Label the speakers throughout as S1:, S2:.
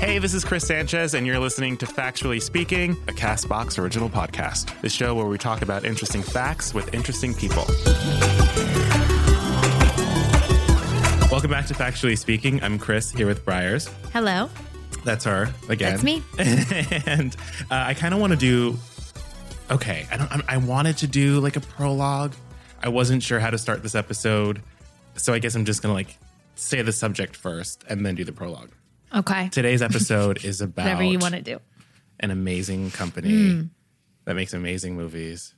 S1: Hey, this is Chris Sanchez, and you're listening to Factually Speaking, a Castbox original podcast, the show where we talk about interesting facts with interesting people. Welcome back to Factually Speaking. I'm Chris here with Briars.
S2: Hello.
S1: That's her again.
S2: That's me.
S1: and uh, I kind of want to do. Okay, I don't. I, I wanted to do like a prologue. I wasn't sure how to start this episode, so I guess I'm just gonna like say the subject first and then do the prologue.
S2: Okay.
S1: Today's episode is about
S2: Whatever you Hmm. want to do.
S1: an amazing company that makes amazing movies.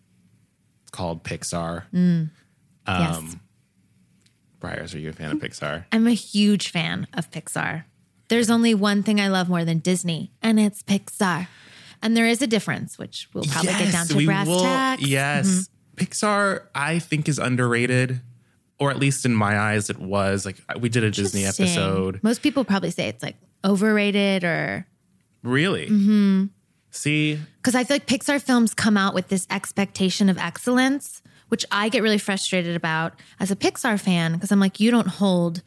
S1: It's called Pixar.
S2: Mm.
S1: Um,
S2: yes.
S1: Briars, are you a fan of Pixar?
S2: I'm a huge fan of Pixar. There's only one thing I love more than Disney, and it's Pixar. And there is a difference, which we'll probably get down to
S1: we
S2: brass
S1: will-
S2: tacks. Mm-hmm.
S1: Yes. Pixar, I think, is underrated, or at least in my eyes, it was. Like, we did a Disney
S2: Interesting.
S1: episode.
S2: Most people probably say it's like overrated or
S1: Really?
S2: Mm-hmm.
S1: See,
S2: because I feel like Pixar films come out with this expectation of excellence, which I get really frustrated about as a Pixar fan because I'm like, you don't hold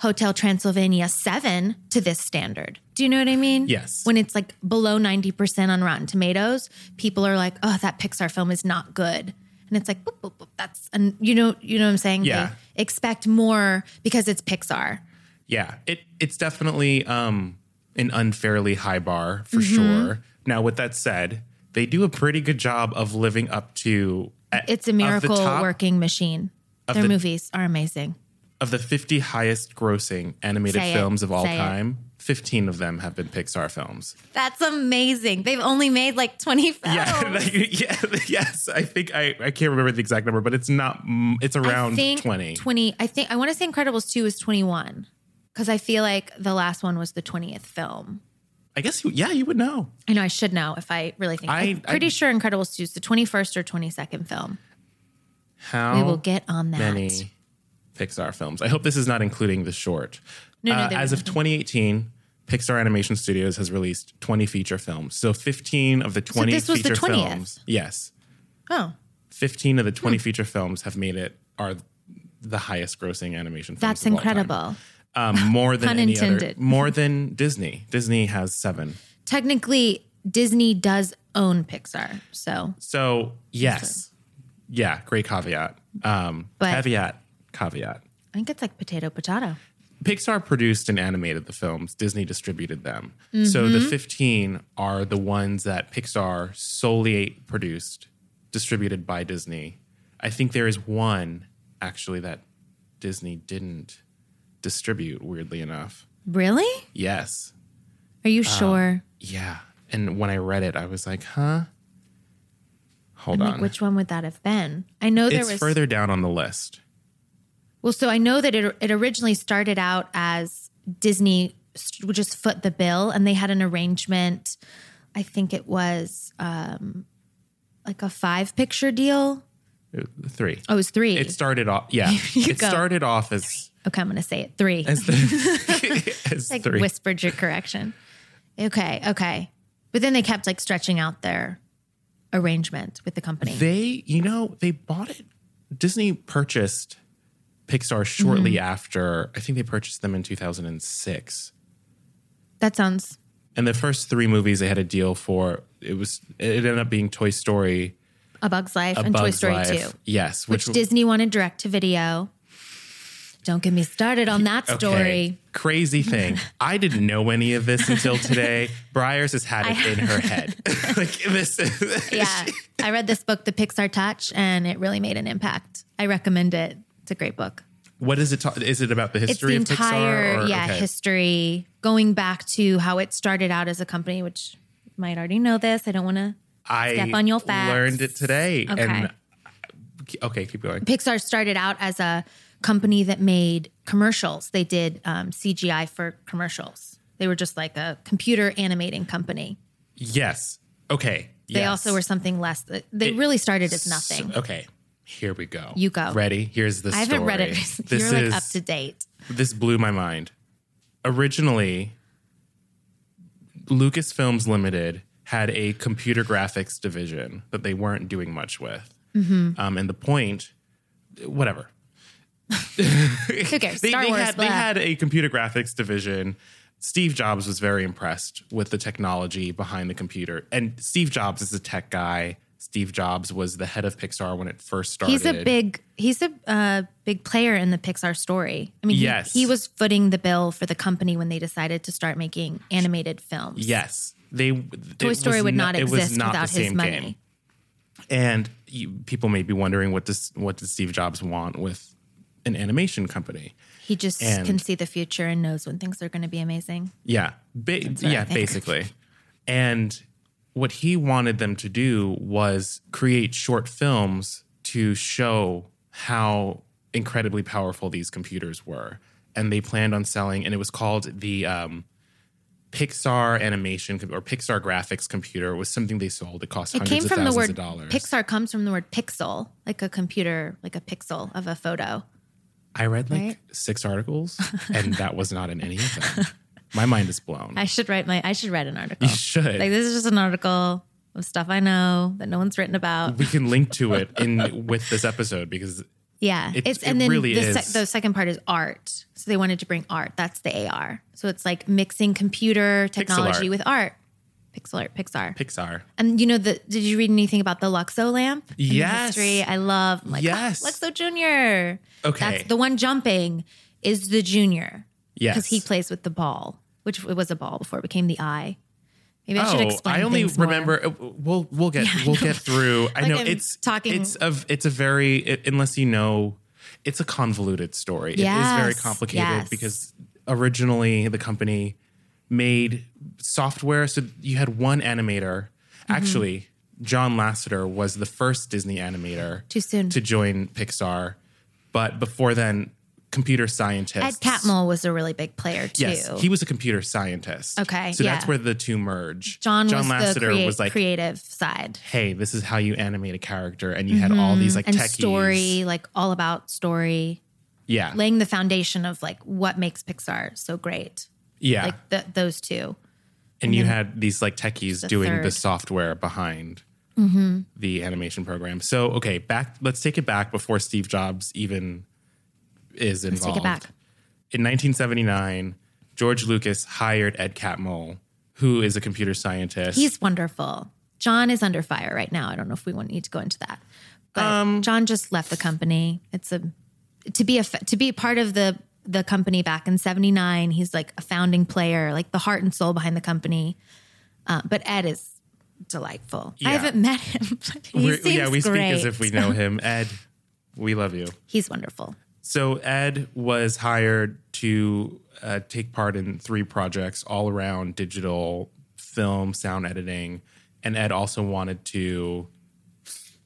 S2: Hotel Transylvania 7 to this standard. Do you know what I mean?
S1: Yes.
S2: When it's like below 90% on Rotten Tomatoes, people are like, oh, that Pixar film is not good. And it's like, boop, boop, boop, that's, and you know, you know what I'm saying?
S1: Yeah.
S2: They expect more because it's Pixar.
S1: yeah, it it's definitely um, an unfairly high bar for
S2: Mm-hmm.
S1: sure. Now, with that said, they do a pretty good job of living up to. at-
S2: It's a
S1: of the
S2: miracle
S1: top-
S2: working machine. Their
S1: the-
S2: movies are amazing.
S1: of the 50 highest grossing animated
S2: Say it.
S1: films of all
S2: Say it.
S1: time, 15 of them have been Pixar films.
S2: That's amazing. They've only made like 20 films.
S1: Yeah, like, yeah, yes. I think I, I can't remember the exact number, but it's not, mm, it's around
S2: I think
S1: 20.
S2: 20 I think I want to say Incredibles 2 is 21 cuz I feel like the last one was the 20th film.
S1: I guess, you, yeah, you would know.
S2: I know I should know if I really think.
S1: I-
S2: I, am pretty
S1: I-
S2: sure Incredibles 2 is the 21st or 22nd film.
S1: How
S2: We will get on that.
S1: Oh, many Pixar films? I hope this is not including the short.
S2: No, no,
S1: Uh,
S2: there
S1: as of
S2: isn't.
S1: 2018, Pixar Animation Studios has released 20 feature films. So 15 of the 20
S2: this was the
S1: feature
S2: 20th?
S1: films. Yes.
S2: Oh,
S1: 15 of the 20
S2: Hmm.
S1: feature films have made it are the highest grossing animation films
S2: that's
S1: of all time.
S2: incredible.
S1: um, more than
S2: Pun
S1: any
S2: intended.
S1: other more than disney disney has seven
S2: Technically Disney does own Pixar. So,
S1: so yes yeah great caveat um,
S2: But-
S1: caveat caveat
S2: I think it's like potato potato.
S1: pixar produced and animated the films disney distributed them so
S2: Mm-hmm.
S1: the 15 are the ones that pixar solely produced distributed by disney i think there is one actually that disney didn't distribute weirdly enough
S2: Really?
S1: yes
S2: Are
S1: Uh,
S2: you sure?
S1: Yeah. And when I read it, I was like, huh? Hold on.
S2: Like which one would that have been? I know there
S1: it's
S2: was
S1: further down on the list.
S2: Well, so I know that it, it originally started out as Disney st- would just foot the bill, and they had an arrangement. I think it was um, like a five picture deal.
S1: Uh, Three.
S2: Oh, it was three.
S1: It started off, yeah. it
S2: go.
S1: started off as,
S2: okay, I'm going to say it three.
S1: as, the, as
S2: like
S1: three.
S2: whispered your correction. Okay, okay. But then they kept like stretching out their arrangement with the company.
S1: They, you know, they bought it. Disney purchased Pixar shortly
S2: Mm-hmm.
S1: after, I think they purchased them in 2006.
S2: that sounds
S1: And the first three movies they had a deal for, it was, it ended up being Toy Story,
S2: A Bug's Life
S1: A
S2: and Toy
S1: Bug's
S2: Story
S1: Life.
S2: 2.
S1: Yes.
S2: Which Disney wanted direct to video. Don't get me started on that story.
S1: Okay. Crazy thing. I didn't know any of this until today. Briars has had it
S2: I-
S1: in her head. like this is
S2: yeah. I read this book, The Pixar Touch, and it really made an impact. I recommend it. It's a great book.
S1: what is it ta- is it about the
S2: It's
S1: history
S2: the
S1: of
S2: entire
S1: Pixar? Or,
S2: yeah
S1: okay.
S2: history going back to how it started out as a company, which you might already know this. I don't want to.
S1: I
S2: Step on your facts.
S1: learned it today. And
S2: Okay.
S1: okay, keep going.
S2: Pixar started out as a company that made commercials. They did um, CGI for commercials. They were just like a computer animating company.
S1: Yes. Okay.
S2: They also were something less. They really started as nothing.
S1: Okay. Here we go.
S2: You go.
S1: Ready? Here's the
S2: I
S1: story.
S2: haven't read it.
S1: This
S2: You're
S1: is
S2: like up to date.
S1: this blew my mind. Originally, Lucasfilms Limited had a computer graphics division that they weren't doing much with.
S2: Mm-hmm.
S1: Um, and the point, whatever.
S2: Who cares?
S1: They,
S2: Star
S1: they
S2: Wars.
S1: had, they
S2: blah.
S1: had a computer graphics division Steve Jobs was very impressed with the technology behind the computer. And Steve Jobs is a tech guy. Steve Jobs was the head of Pixar when it first started.
S2: He's a big he's a uh, big player in the Pixar story. I mean, he-
S1: Yes.
S2: he, was footing the bill for the company when they decided to start making animated films.
S1: Yes, they.
S2: Toy Story would not exist without his money.
S1: And you, people may be wondering what does what does Steve Jobs want with an animation company?
S2: He just
S1: And-
S2: can see the future and knows when things are going to be amazing.
S1: Yeah. Ba-
S2: what I
S1: yeah,
S2: think.
S1: basically. And what he wanted them to do was create short films to show how incredibly powerful these computers were. And they planned on selling, and it was called the um, Pixar Animation Com- or Pixar Graphics Computer. It was something they sold. It cost
S2: It
S1: hundreds
S2: came
S1: of
S2: from the
S1: thousands
S2: word
S1: of dollars.
S2: Pixar comes from the word pixel, like a computer, like a pixel of a photo.
S1: I read like
S2: right?
S1: six articles, and that was not in any of them. My mind is blown.
S2: I should write my I should write an article.
S1: you should.
S2: Like this is just an article of stuff I know that no one's written about.
S1: we can link to it in with this episode because
S2: Yeah,
S1: It-
S2: it's
S1: it
S2: and then
S1: really
S2: the,
S1: is.
S2: Se- the second part is art. So they wanted to bring art. That's the AR. So it's like mixing computer
S1: art.
S2: technology with art, pixel art, Pixar.
S1: Pixar.
S2: and you know the did you read anything about the Luxo lamp? in the
S1: Yes.
S2: history? I love. I'm like,
S1: Yes.
S2: "Ah, Luxo Junior.
S1: Okay.
S2: that's the one jumping is the junior
S1: Yes.
S2: because he plays with the ball, which it was a ball before it became the eye. Maybe I should
S1: Oh,
S2: explain.
S1: I only
S2: things more.
S1: remember. uh, We'll we'll get
S2: I
S1: we'll
S2: know.
S1: get through. I
S2: Like
S1: know
S2: I'm
S1: it's
S2: talking-
S1: It's a it's a very i- unless you know, it's a convoluted story. it is very
S2: Yes,
S1: complicated
S2: yes.
S1: because originally the company made software, so you had one animator.
S2: Mm-hmm.
S1: Actually, John Lasseter was the first Disney animator
S2: Too soon.
S1: to join Pixar, but before then, computer
S2: Ed
S1: scientists.
S2: Catmull was a really big player too.
S1: Yes, he was a computer scientist.
S2: Okay,
S1: so that's
S2: yeah.
S1: where the two merge.
S2: John, was
S1: Lasseter
S2: the create-
S1: was like,
S2: creative side.
S1: "Hey, this is how you animate a character," and you had all these like
S2: Mm-hmm. and
S1: techies.
S2: story, like all about story,
S1: yeah,
S2: laying the foundation of like what makes Pixar so great.
S1: yeah,
S2: Like th- those two.
S1: and you had these like techies doing the
S2: third. Mm-hmm.
S1: software behind the animation program. So okay, back. Let's take it back before Steve Jobs even is involved.
S2: take it back.
S1: In 1979, George Lucas hired Ed Catmull, who is a computer scientist.
S2: He's wonderful. John is under fire right now. I don't know if we want need to go into that. But
S1: Um,
S2: John just left the company. It's a to be a fa- to be part of the the company back in 79, he's like a founding player, like the heart and soul behind the company. Uh, but Ed is delightful.
S1: Yeah.
S2: I haven't met him. But he
S1: We're-
S2: seems
S1: yeah, we
S2: great.
S1: speak as if we know him. Ed, we love you.
S2: He's wonderful.
S1: So Ed was hired to uh, take part in three projects all around digital film, sound editing, and Ed also wanted to.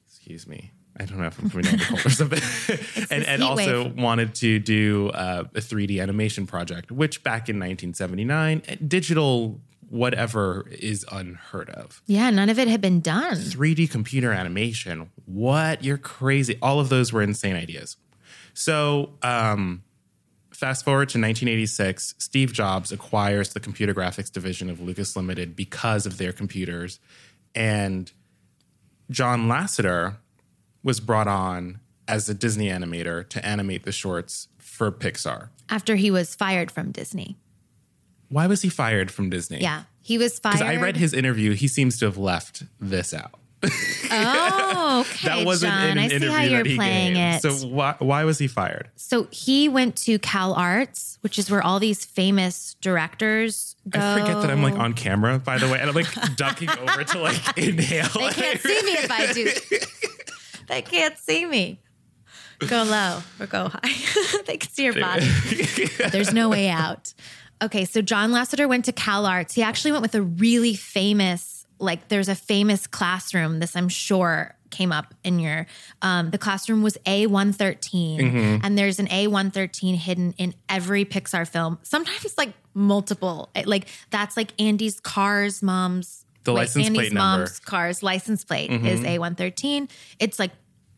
S1: Excuse me, I don't know if I'm coming out of a cold or something. and
S2: this
S1: Ed
S2: heat
S1: also
S2: wave.
S1: wanted to do uh, a 3D animation project, which back in 1979, digital whatever is unheard of.
S2: Yeah, none of it had been done.
S1: 3D computer animation. What? You're crazy. All of those were insane ideas. So, um, fast forward to 1986, Steve Jobs acquires the computer graphics division of Lucas Limited because of their computers. And John Lasseter was brought on as a Disney animator to animate the shorts for Pixar.
S2: after he was fired from Disney.
S1: Why was he fired from Disney?
S2: Yeah, he was fired.
S1: Because I read his interview, he seems to have left this out.
S2: Oh, okay,
S1: that wasn't
S2: John.
S1: in an
S2: I see
S1: interview
S2: how you're
S1: that he
S2: playing
S1: gave.
S2: it.
S1: So
S2: So,
S1: why why was he fired?
S2: he went to Cal Arts, which is where all these famous directors go.
S1: I forget that I'm like on camera, by the way, and I'm like ducking over to like inhale.
S2: They can't see me if I do. they can't see me. Go low or go high. they can see your body. There's no way out. Okay, so John Lasseter went to Cal Arts. He actually went with a really famous, like, there's a famous classroom. This I'm sure came up in your. Um, the classroom was A113,
S1: Mm-hmm.
S2: and there's an A113 hidden in every Pixar film. Sometimes like multiple. It- Like that's like Andy's Cars mom's.
S1: The
S2: wait,
S1: license
S2: Andy's
S1: plate number.
S2: mom's car's license plate is A113. It's like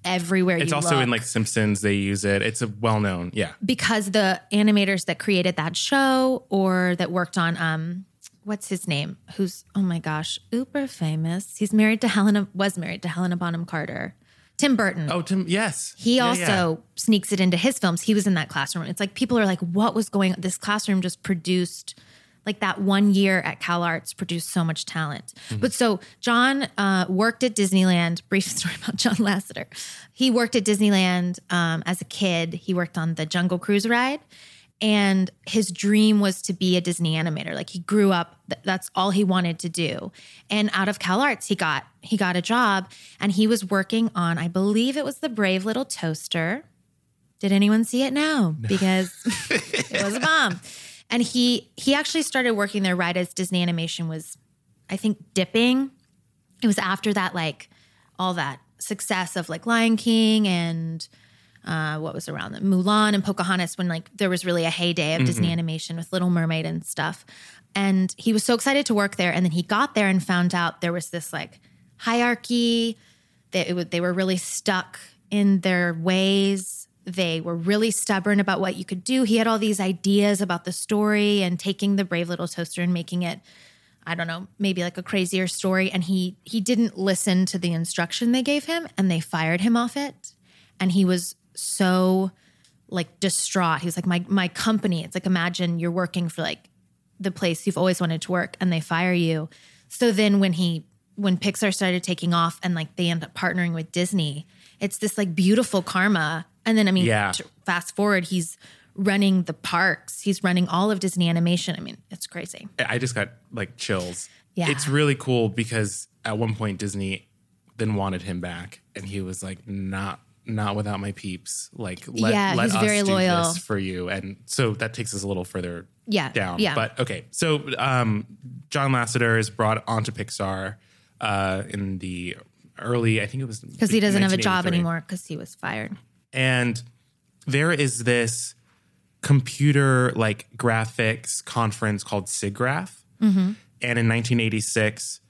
S2: everywhere
S1: Mm-hmm. It's
S2: you
S1: also
S2: look
S1: in like Simpsons. They use it. It's a well known. Yeah.
S2: because the animators that created that show or that worked on um what's his name who's oh my gosh uber famous he's married to helena was married to helena bonham carter tim burton
S1: Oh, Tim. Yes.
S2: he
S1: Yeah,
S2: also
S1: yeah.
S2: sneaks it into his films he was in that classroom it's like people are like what was going this classroom just produced like that one year at Cal Arts produced so much talent.
S1: Mm-hmm.
S2: But so John uh, worked at Disneyland. Brief story about John Lasseter. He worked at Disneyland um, as a kid. He worked on the Jungle Cruise ride, and his dream was to be a Disney animator. Like he grew up, th- that's all he wanted to do. And out of Cal Arts, he got he got a job, and he was working on, I believe it was the Brave Little Toaster. Did anyone see it? No, because it was a bomb. And he he actually started working there right as Disney Animation was, I think, dipping. It was after that, like all that success of like Lion King and uh, what was around that Mulan and Pocahontas when like there was really a heyday of Disney Animation with Little Mermaid and stuff. And he was so excited to work there, and then he got there and found out there was this like hierarchy they, it would- they were really stuck in their ways. They were really stubborn about what you could do. He had all these ideas about the story and taking the brave little toaster and making it, I don't know, maybe like a crazier story. And he he didn't listen to the instruction they gave him, and they fired him off it. And he was so like distraught. He was like, my my company. It's like imagine you're working for like the place you've always wanted to work and they fire you. So then when he when Pixar started taking off and like they end up partnering with Disney, it's this like beautiful karma. And then I mean,
S1: Yeah.
S2: t- fast forward, he's running the parks. He's running all of Disney animation. I mean, it's crazy.
S1: I just got like chills.
S2: Yeah.
S1: It's really cool because at one point Disney then wanted him back and he was like, not not without my peeps. Like let,
S2: Yeah,
S1: let
S2: he's
S1: us
S2: very
S1: do
S2: loyal.
S1: this for you. And so that takes us a little further
S2: Yeah,
S1: down.
S2: yeah.
S1: But okay. So um John Lasseter is brought onto Pixar uh in the early I think it was
S2: Because he doesn't have a job
S1: 1983.
S2: anymore because he was fired.
S1: And there is this computer like graphics conference called SIGGRAPH.
S2: Mm-hmm.
S1: And in 1986,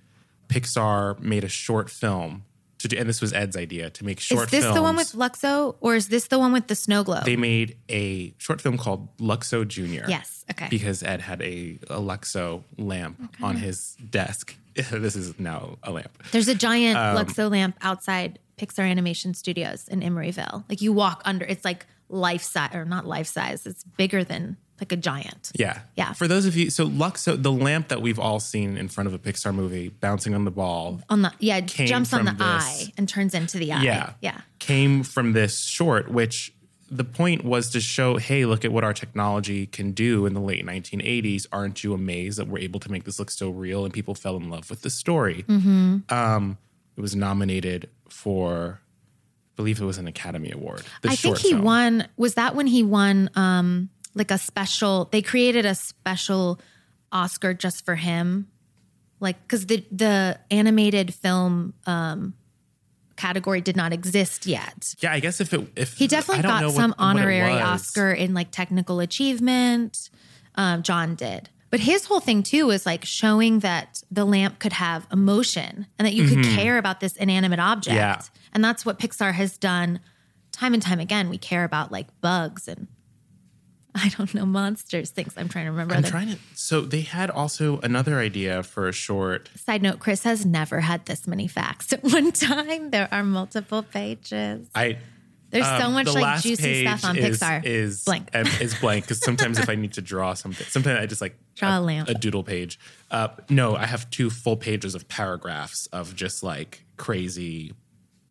S1: Pixar made a short film to do, and this was Ed's idea to make short
S2: is this
S1: films.
S2: the one with Luxo or is this the one with the snow globe?
S1: they made a short film called Luxo Junior.
S2: Yes, okay.
S1: Because Ed had a, a Luxo lamp on his desk. this is now a lamp.
S2: There's a giant
S1: Um,
S2: Luxo lamp outside Pixar Animation Studios in Emeryville. Like you walk under, it's like life size or not life size. It's bigger than like a giant.
S1: Yeah.
S2: Yeah.
S1: For those of you, so Luxo, the lamp that we've all seen in front of a Pixar movie bouncing on the ball,
S2: On the yeah, it jumps on the
S1: from this-
S2: eye and turns into the eye.
S1: yeah,
S2: yeah,
S1: came from this short, which the point was to show, hey, look at what our technology can do in the late 1980s. Aren't you amazed that we're able to make this look so real? And people fell in love with the story. Um,
S2: Mm-hmm.
S1: it was nominated for, I believe it was an Academy Award. The
S2: I think
S1: short
S2: he
S1: film.
S2: won. Was that when he won? Um, like a special. They created a special Oscar just for him, like because the the animated film um, category did not exist yet.
S1: Yeah, I guess if it if
S2: He
S1: I
S2: definitely
S1: don't know
S2: got
S1: what-
S2: some
S1: what it
S2: honorary
S1: was.
S2: Oscar in like technical achievement. Um, John did. But his whole thing too was like showing that the lamp could have emotion and that you could care about this inanimate object.
S1: Mm-hmm. Yeah.
S2: And that's what Pixar has done time and time again. We care about like bugs and I don't know, monsters, things. I'm trying to remember.
S1: I'm
S2: other-
S1: trying to. So they had also another idea for a short.
S2: Side note, Chris has never had this many facts at one time. There are multiple pages.
S1: I
S2: There's so
S1: um,
S2: much
S1: the
S2: like
S1: last
S2: juicy stuff
S1: page
S2: on
S1: is,
S2: Pixar.
S1: Is
S2: blank.
S1: em- Is blank because sometimes if I need to draw something, sometimes I just like
S2: Draw a lamp.
S1: doodle page. Uh, no, I have two full pages of paragraphs of just like crazy.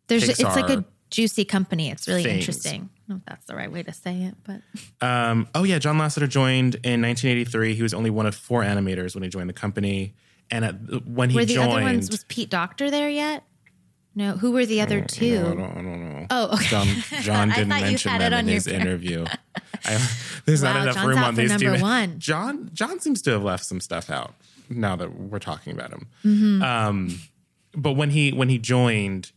S2: There's it's like a
S1: Pixar
S2: juicy company. It's really
S1: things.
S2: interesting. I don't know if that's the right way to say it, but
S1: Oh yeah, John Lasseter joined in 1983. He was only one of four animators when he joined the company, and at, when he
S2: were the
S1: joined, Mm,
S2: other ones was Pete Doctor there yet? No, who were the other two?
S1: I don't, I don't know.
S2: Oh, okay.
S1: John, John
S2: I
S1: didn't
S2: thought you
S1: mention
S2: had
S1: them
S2: it on
S1: in
S2: your
S1: his interview. I, there's
S2: Wow,
S1: not enough
S2: John's
S1: room
S2: out
S1: on
S2: for
S1: these
S2: number
S1: two.
S2: one.
S1: John John seems to have left some stuff out now that we're talking about him.
S2: Mm-hmm.
S1: Um, but when he when he joined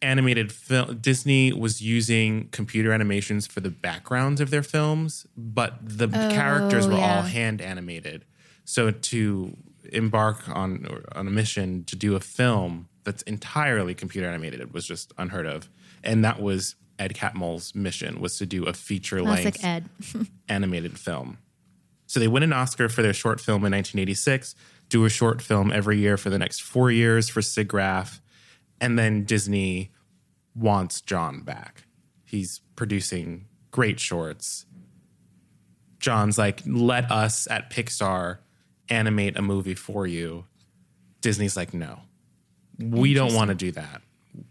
S1: animated film Disney was using computer animations for the backgrounds of their films, but the characters were all
S2: Oh, yeah.
S1: hand animated. So to embark on on a mission to do a film that's entirely computer animated was just unheard of. And that was Ed Catmull's mission was to do a feature
S2: Classic
S1: length
S2: Ed.
S1: animated film. So they win an Oscar for their short film in 1986, do a short film every year for the next four years for SIGGRAPH, and then Disney wants John back. He's producing great shorts. John's like, let us at Pixar animate a movie for you. Disney's like, no, we don't want to do that.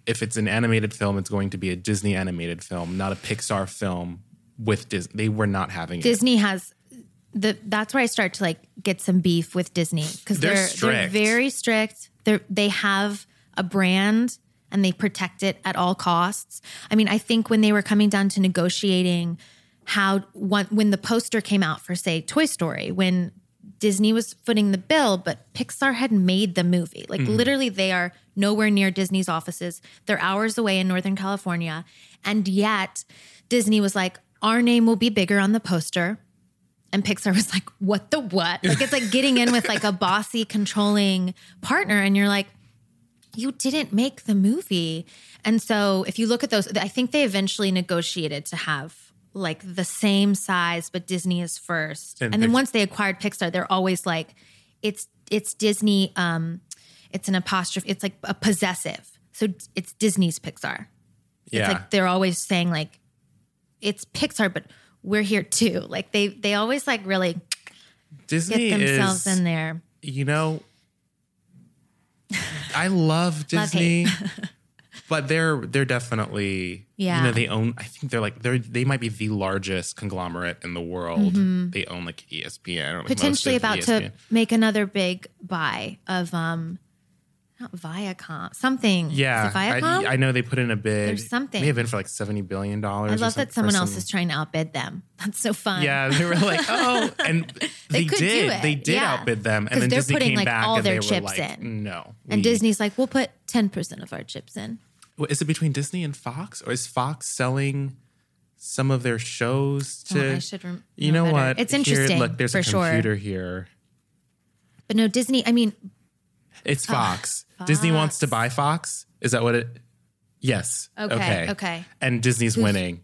S1: If it's an animated film, it's going to be a Disney animated film, not a Pixar film with Disney. They were not having it.
S2: Disney has the that's where I start to like get some beef with Disney because
S1: They're
S2: they're
S1: strict.
S2: they're very strict. They they have a brand and they protect it at all costs. I mean, I think when they were coming down to negotiating how one, when the poster came out for say Toy Story when Disney was footing the bill, but Pixar had made the movie. Like
S1: Mm-hmm.
S2: literally, they are nowhere near Disney's offices. They're hours away in Northern California, and yet Disney was like, "Our name will be bigger on the poster." And Pixar was like, what the what? Like, it's like getting in with like a bossy, controlling partner. And you're like, you didn't make the movie. And so if you look at those, I think they eventually negotiated to have like the same size, but Disney is first.
S1: And
S2: And, then
S1: Pix-
S2: once they acquired Pixar, they're always like, it's it's Disney, um, it's an apostrophe, it's like a possessive. So it's Disney's Pixar.
S1: yeah.
S2: It's like they're always saying like it's Pixar, but we're here too. Like they they always like really
S1: Disney
S2: get themselves
S1: is,
S2: in there.
S1: you know, I love
S2: Love,
S1: Disney, but they're they're definitely
S2: Yeah.
S1: You know, they own. I think they're like they're they might be the largest conglomerate in the world. They own like E ESPN, or like most
S2: Mm-hmm. Potentially
S1: of E
S2: about
S1: ESPN.
S2: to make another big buy of um not Viacom something. Is it
S1: Yeah,
S2: Viacom.
S1: I, I know they put in a bid.
S2: There's something.
S1: May have been for like seventy billion dollars.
S2: I love that someone else is trying to outbid them. That's so fun.
S1: Yeah, they were like, oh, and they,
S2: could do
S1: did.
S2: it,
S1: they did
S2: yeah.
S1: outbid them,
S2: 'Cause
S1: and then
S2: they're
S1: Disney
S2: putting,
S1: came
S2: like,
S1: back
S2: all
S1: and
S2: their
S1: they were
S2: chips
S1: like,
S2: in.
S1: no.
S2: And
S1: we-
S2: Disney's like, we'll put ten percent of our chips in.
S1: Well, Is it between Disney and Fox, or is Fox selling some of their shows
S2: Oh,
S1: to?
S2: I should rem-
S1: you know
S2: know better.
S1: what?
S2: It's
S1: Here,
S2: interesting,
S1: look, there's a
S2: for sure.
S1: computer here.
S2: But no, Disney. I mean,
S1: It's
S2: Ah,
S1: Fox. Disney wants to buy Fox. Is that what it? Yes.
S2: Okay,
S1: Okay.
S2: okay.
S1: And Disney's winning,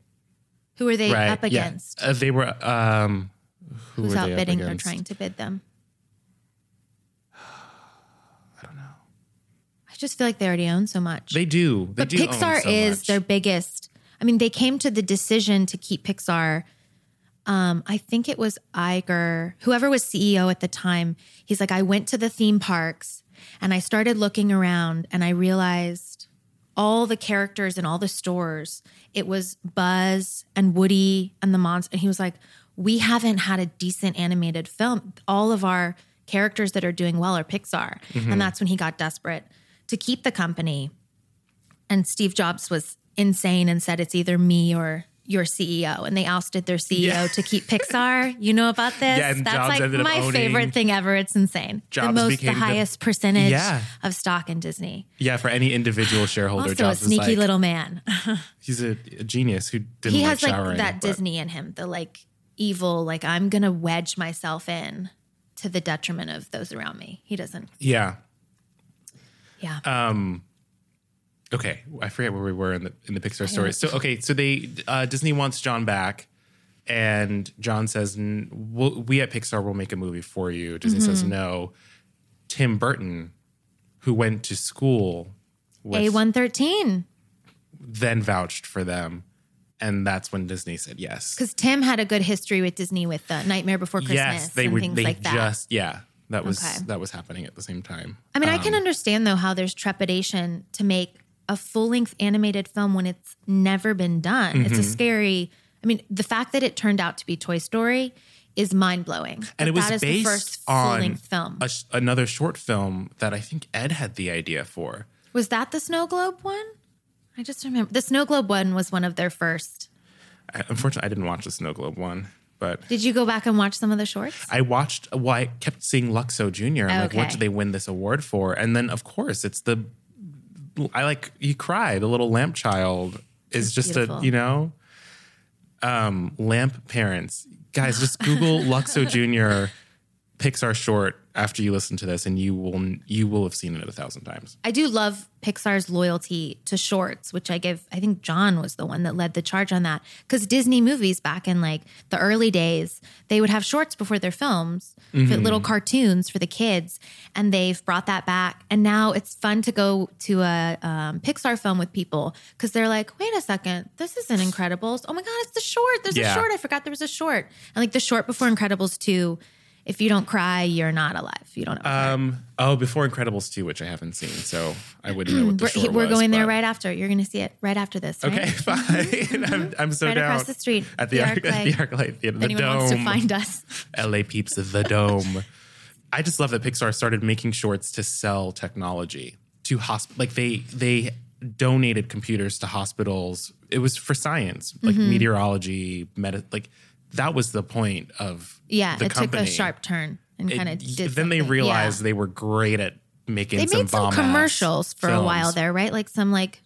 S2: who are they
S1: right?
S2: up
S1: Yeah.
S2: against?
S1: Uh, they were. Um, who
S2: Who's
S1: were they up
S2: outbidding or
S1: against?
S2: trying to bid them? I don't know. I just feel like they already own so much.
S1: They do. They
S2: but
S1: do own
S2: Pixar
S1: so
S2: is
S1: much.
S2: their biggest. I mean, they came to the decision to keep Pixar. Um, I think it was Iger, whoever was CEO at the time. He's like, I went to the theme parks and I started looking around and I realized all the characters in all the stores. It was Buzz and Woody and the monster. And he was like, We haven't had a decent animated film. All of our characters that are doing well are Pixar.
S1: Mm-hmm.
S2: And that's when he got desperate to keep the company. And Steve Jobs was insane and said, It's either me or your CEO. And they ousted their CEO
S1: Yeah.
S2: to keep Pixar. You know about this?
S1: Yeah, and
S2: that's
S1: Jobs
S2: like
S1: ended up
S2: my
S1: owning-
S2: favorite thing ever. It's insane. the
S1: Jobs
S2: most, the
S1: became the-
S2: highest percentage
S1: Yeah.
S2: of stock in Disney.
S1: Yeah, for any individual shareholder,
S2: Also, a
S1: Jobs
S2: sneaky
S1: is like,
S2: little man.
S1: he's a, a genius who didn't
S2: he
S1: like
S2: has like
S1: showering,
S2: that
S1: but-
S2: Disney in him, the like evil, like I'm gonna wedge myself in to the detriment of those around me. He doesn't.
S1: Yeah.
S2: Yeah.
S1: Uh, Okay, I forget where we were in the in the Pixar story. So okay, so they uh, Disney wants John back, and John says, "N- we'll, "We at Pixar will make a movie for you." Disney
S2: Mm-hmm.
S1: says, "No." Tim Burton, who went to school,
S2: A
S1: with,
S2: one thirteen.
S1: then vouched for them, and that's when Disney said yes.
S2: Because Tim had a good history with Disney with the Nightmare Before Christmas
S1: Yes, they
S2: and
S1: were.
S2: things
S1: They
S2: like that.
S1: just yeah, that was
S2: Okay.
S1: that was happening at the same time.
S2: I mean, I
S1: um,
S2: can understand though how there's trepidation to make a full length animated film when it's never been done. It's
S1: Mm-hmm.
S2: a scary. I mean, the fact that it turned out to be Toy Story is mind blowing.
S1: and it was
S2: that is
S1: based
S2: the first full
S1: on
S2: length film.
S1: a sh- another short film that I think Ed had the idea for.
S2: Was that the snow globe one? I just remember the snow globe one was one of their first.
S1: I, unfortunately, I didn't watch the Snow Globe one, but
S2: Did you go back and watch some of the shorts?
S1: I watched. Well, I kept seeing Luxo Jr. I'm like, what
S2: Okay.
S1: did they win this award for? And then, of course, it's the I like you cry. The little lamp child is just a
S2: beautiful.
S1: you know, um, lamp parents guys. Just Google Luxo Jr. Pixar short after you listen to this, and you will you will have seen it a thousand times.
S2: I do love Pixar's loyalty to shorts, which I give. I think John was the one that led the charge on that because Disney movies back in like the early days, they would have shorts before their films, for little cartoons for the kids, and they've brought that back. And now it's fun to go to a um, Pixar film with people because they're like, "Wait a second, this isn't Incredibles. Oh my god, it's the short. There's
S1: Yeah.
S2: a short. I forgot there was a short." And like the short before Incredibles two. If you don't cry, you're not alive. You don't. Have a heart.
S1: Um, oh, before Incredibles two, which I haven't seen, so I wouldn't know what the
S2: We're,
S1: short
S2: we're
S1: was,
S2: going there
S1: but-
S2: right after. You're going to see it right after this. Right?
S1: Okay, fine. I'm, I'm so
S2: Right
S1: down.
S2: across the street,
S1: at the,
S2: the
S1: arc, at
S2: Arclight.
S1: the Arclight Theater, the
S2: Anyone
S1: dome.
S2: wants to find us?
S1: LA peeps, the dome. I just love that Pixar started making shorts to sell technology to hospital. Like they they donated computers to hospitals. It was for science, like
S2: Mm-hmm.
S1: meteorology, med- Like that was the point of
S2: Yeah,
S1: the
S2: it
S1: company.
S2: took a sharp turn and
S1: It-
S2: kind of did.
S1: then they
S2: something.
S1: realized
S2: Yeah.
S1: they were great at making
S2: they
S1: some
S2: made some
S1: bomb-ass
S2: commercials for a while
S1: films.
S2: there, right? Like some like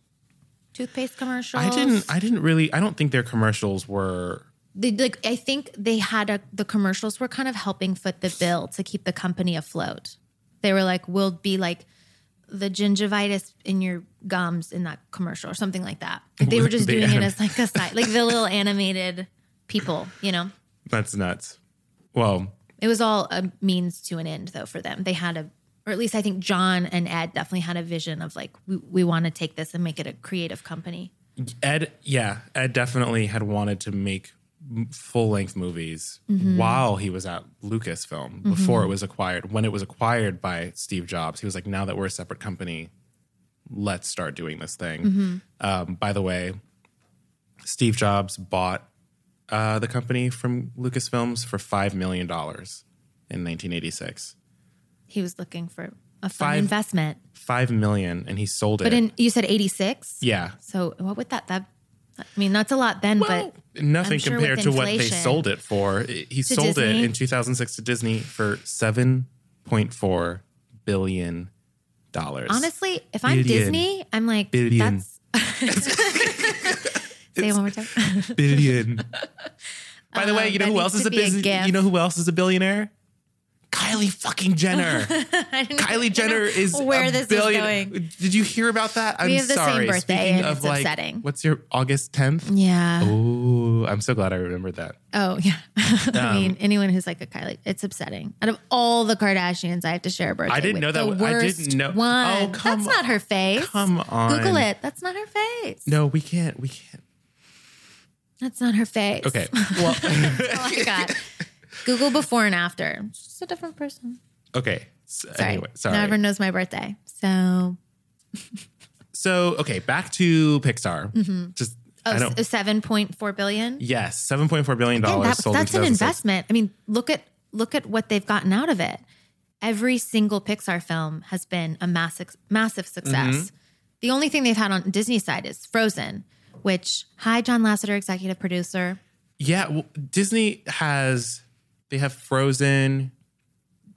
S2: toothpaste commercials.
S1: I didn't. I didn't really. I don't think their commercials were
S2: They, like I think they had a the commercials were kind of helping foot the bill to keep the company afloat. They were like, "We'll be like." The gingivitis in your gums in that commercial, or something like that. Like they were just
S1: The
S2: doing it
S1: anim-
S2: as like a side, like the little animated people, you know.
S1: That's nuts. Well,
S2: It was all a means to an end, though, for them. They had a, or at least I think John and Ed definitely had a vision of like, we, we want to take this and make it a creative company.
S1: Ed, yeah, Ed definitely had wanted to make full length movies
S2: Mm-hmm.
S1: while he was at Lucasfilm before it was acquired. When it was acquired by Steve Jobs, he was like, now that we're a separate company, let's start doing this thing.
S2: Mm-hmm.
S1: Um, by the way, Steve Jobs bought uh, the company from Lucasfilms for $5 million in 1986.
S2: He was looking for a fun
S1: Five-
S2: investment.
S1: $5 million, and he sold it.
S2: But in, you said 86?
S1: yeah.
S2: So what would that, that, I mean, that's a lot then,
S1: Well,
S2: but
S1: nothing
S2: I'm sure
S1: compared
S2: with
S1: to what they
S2: inflation-
S1: sold it for. He
S2: To
S1: sold it
S2: Disney?
S1: in 2006 to Disney for 7.4 billion dollars.
S2: honestly, if I'm
S1: Billion.
S2: Disney, I'm like,
S1: Billion.
S2: that's. Say it one more time.
S1: billion. By the way,
S2: Um,
S1: you know
S2: that
S1: who
S2: needs
S1: else
S2: to
S1: is a
S2: be a
S1: busy,
S2: gif.
S1: you know who else is a billionaire? Kylie fucking Jenner.
S2: I didn't-
S1: Kylie Jenner is
S2: where
S1: a
S2: this is
S1: billion-
S2: going.
S1: Did you hear about that? I'm
S2: have the same
S1: sorry.
S2: birthday
S1: Speaking
S2: and
S1: of
S2: it's
S1: like,
S2: upsetting.
S1: what's your August 10th?
S2: Yeah.
S1: Oh, I'm so glad I remembered that.
S2: Oh yeah.
S1: Um,
S2: I mean, anyone who's like a Kylie, it's upsetting. Out of all the Kardashians, I have to share a birthday.
S1: I didn't
S2: with.
S1: know that
S2: The
S1: w- I
S2: worst
S1: didn't know-
S2: One.
S1: Oh, come
S2: That's not her face.
S1: Come on.
S2: Google it. That's not her face.
S1: No, we can't. We can't.
S2: That's not her face.
S1: Okay. Well,
S2: Oh my god. Google before and after. It's just a different person.
S1: okay. So,
S2: Sorry.
S1: Anyway, sorry.
S2: Now everyone knows my birthday. So oh,
S1: So, okay, back to Pixar. Just I
S2: oh,
S1: don't.
S2: seven point four billion.
S1: yes, seven point four billion
S2: Again,
S1: dollars
S2: that-
S1: sold. in
S2: that's an
S1: 2006.
S2: investment. I mean, look at look at what they've gotten out of it. Every single Pixar film has been a massive massive success.
S1: Mm-hmm.
S2: The only thing they've had on Disney side is Frozen, which hi John Lasseter, executive producer.
S1: Yeah, well, Disney has. They have Frozen,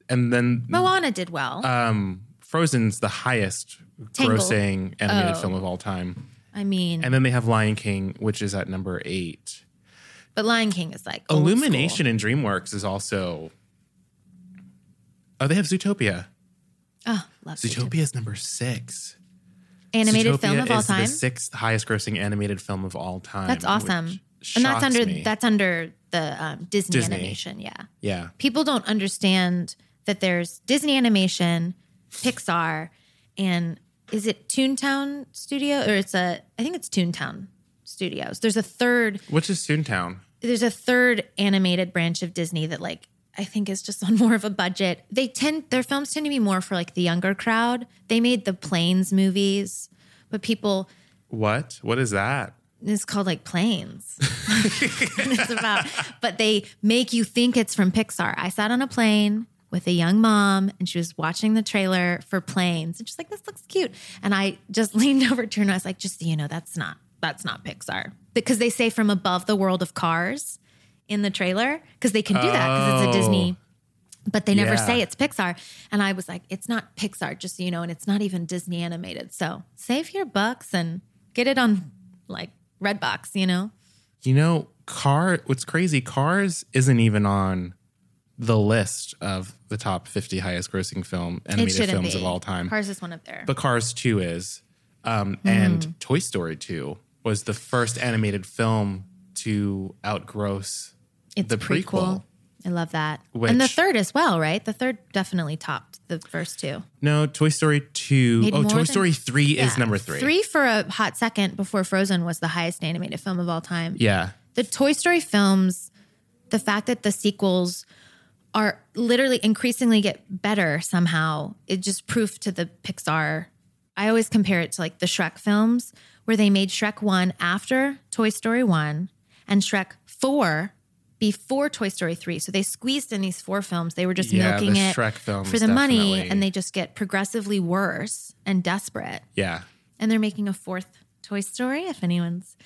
S1: and then
S2: Moana did well.
S1: um, Frozen's the highest
S2: Tangled.
S1: grossing animated
S2: Oh.
S1: film of all time,
S2: I mean,
S1: and then they have Lion King, which is at number eight.
S2: but Lion King is like old
S1: Illumination and DreamWorks is also. Oh, they have Zootopia.
S2: school. Oh, love Zootopia.
S1: Zootopia is number six.
S2: Animated
S1: Zootopia
S2: film of all
S1: is The
S2: time.
S1: sixth highest grossing animated film of all time.
S2: That's awesome.
S1: which
S2: And that's
S1: shocks
S2: under
S1: me.
S2: that's under the um, Disney,
S1: Disney.
S2: animation, yeah.
S1: Yeah.
S2: people don't understand that there's Disney Animation, Pixar, and is it Toontown Studio or it's a I think it's Toontown Studios. There's a third
S1: Which is Toontown.
S2: there's a third animated branch of Disney that like I think is just on more of a budget. They tend their films tend to be more for like the younger crowd. They made the Planes movies, but people
S1: What? What is that?
S2: it's called like planes. it's about, but they make you think it's from Pixar. I sat on a plane with a young mom and she was watching the trailer for planes and she's like, this looks cute. And I just leaned over to her and I was like, just so you know, that's not, that's not Pixar. Because they say from above the world of cars in the trailer, because they can do that because it's a
S1: Oh.
S2: Disney but they never
S1: Yeah.
S2: say it's Pixar. And I was like, it's not Pixar, just so you know, and it's not even Disney animated. So save your bucks and get it on like Redbox, you know?
S1: You know, Car. What's crazy? Cars isn't even on the list of the top 50 highest grossing film animated
S2: shouldn't
S1: films
S2: be.
S1: of all time.
S2: Cars is one of their.
S1: but Cars 2 is. Um,
S2: Mm-hmm.
S1: And Toy Story 2 was the first animated film to outgross
S2: it's
S1: the
S2: a prequel.
S1: prequel.
S2: I love that. and the
S1: Which-
S2: third as well, right? The third definitely topped the first two.
S1: No, Toy Story 2.
S2: Made
S1: oh,
S2: more
S1: Toy
S2: than-
S1: Story 3 is number three.
S2: Three for a hot second before Frozen was the highest animated film of all time.
S1: Yeah.
S2: The Toy Story films, the fact that the sequels are literally increasingly get better somehow, it just proof to the Pixar. I always compare it to like the Shrek films where they made Shrek 1 after Toy Story 1 and Shrek 4 before Toy Story 3. So they squeezed in these four films. They were just
S1: Yeah,
S2: milking
S1: the
S2: it
S1: Shrek films
S2: for the money
S1: definitely.
S2: and they just get progressively worse and desperate
S1: Yeah.
S2: and they're making a fourth Toy Story. If anyone's,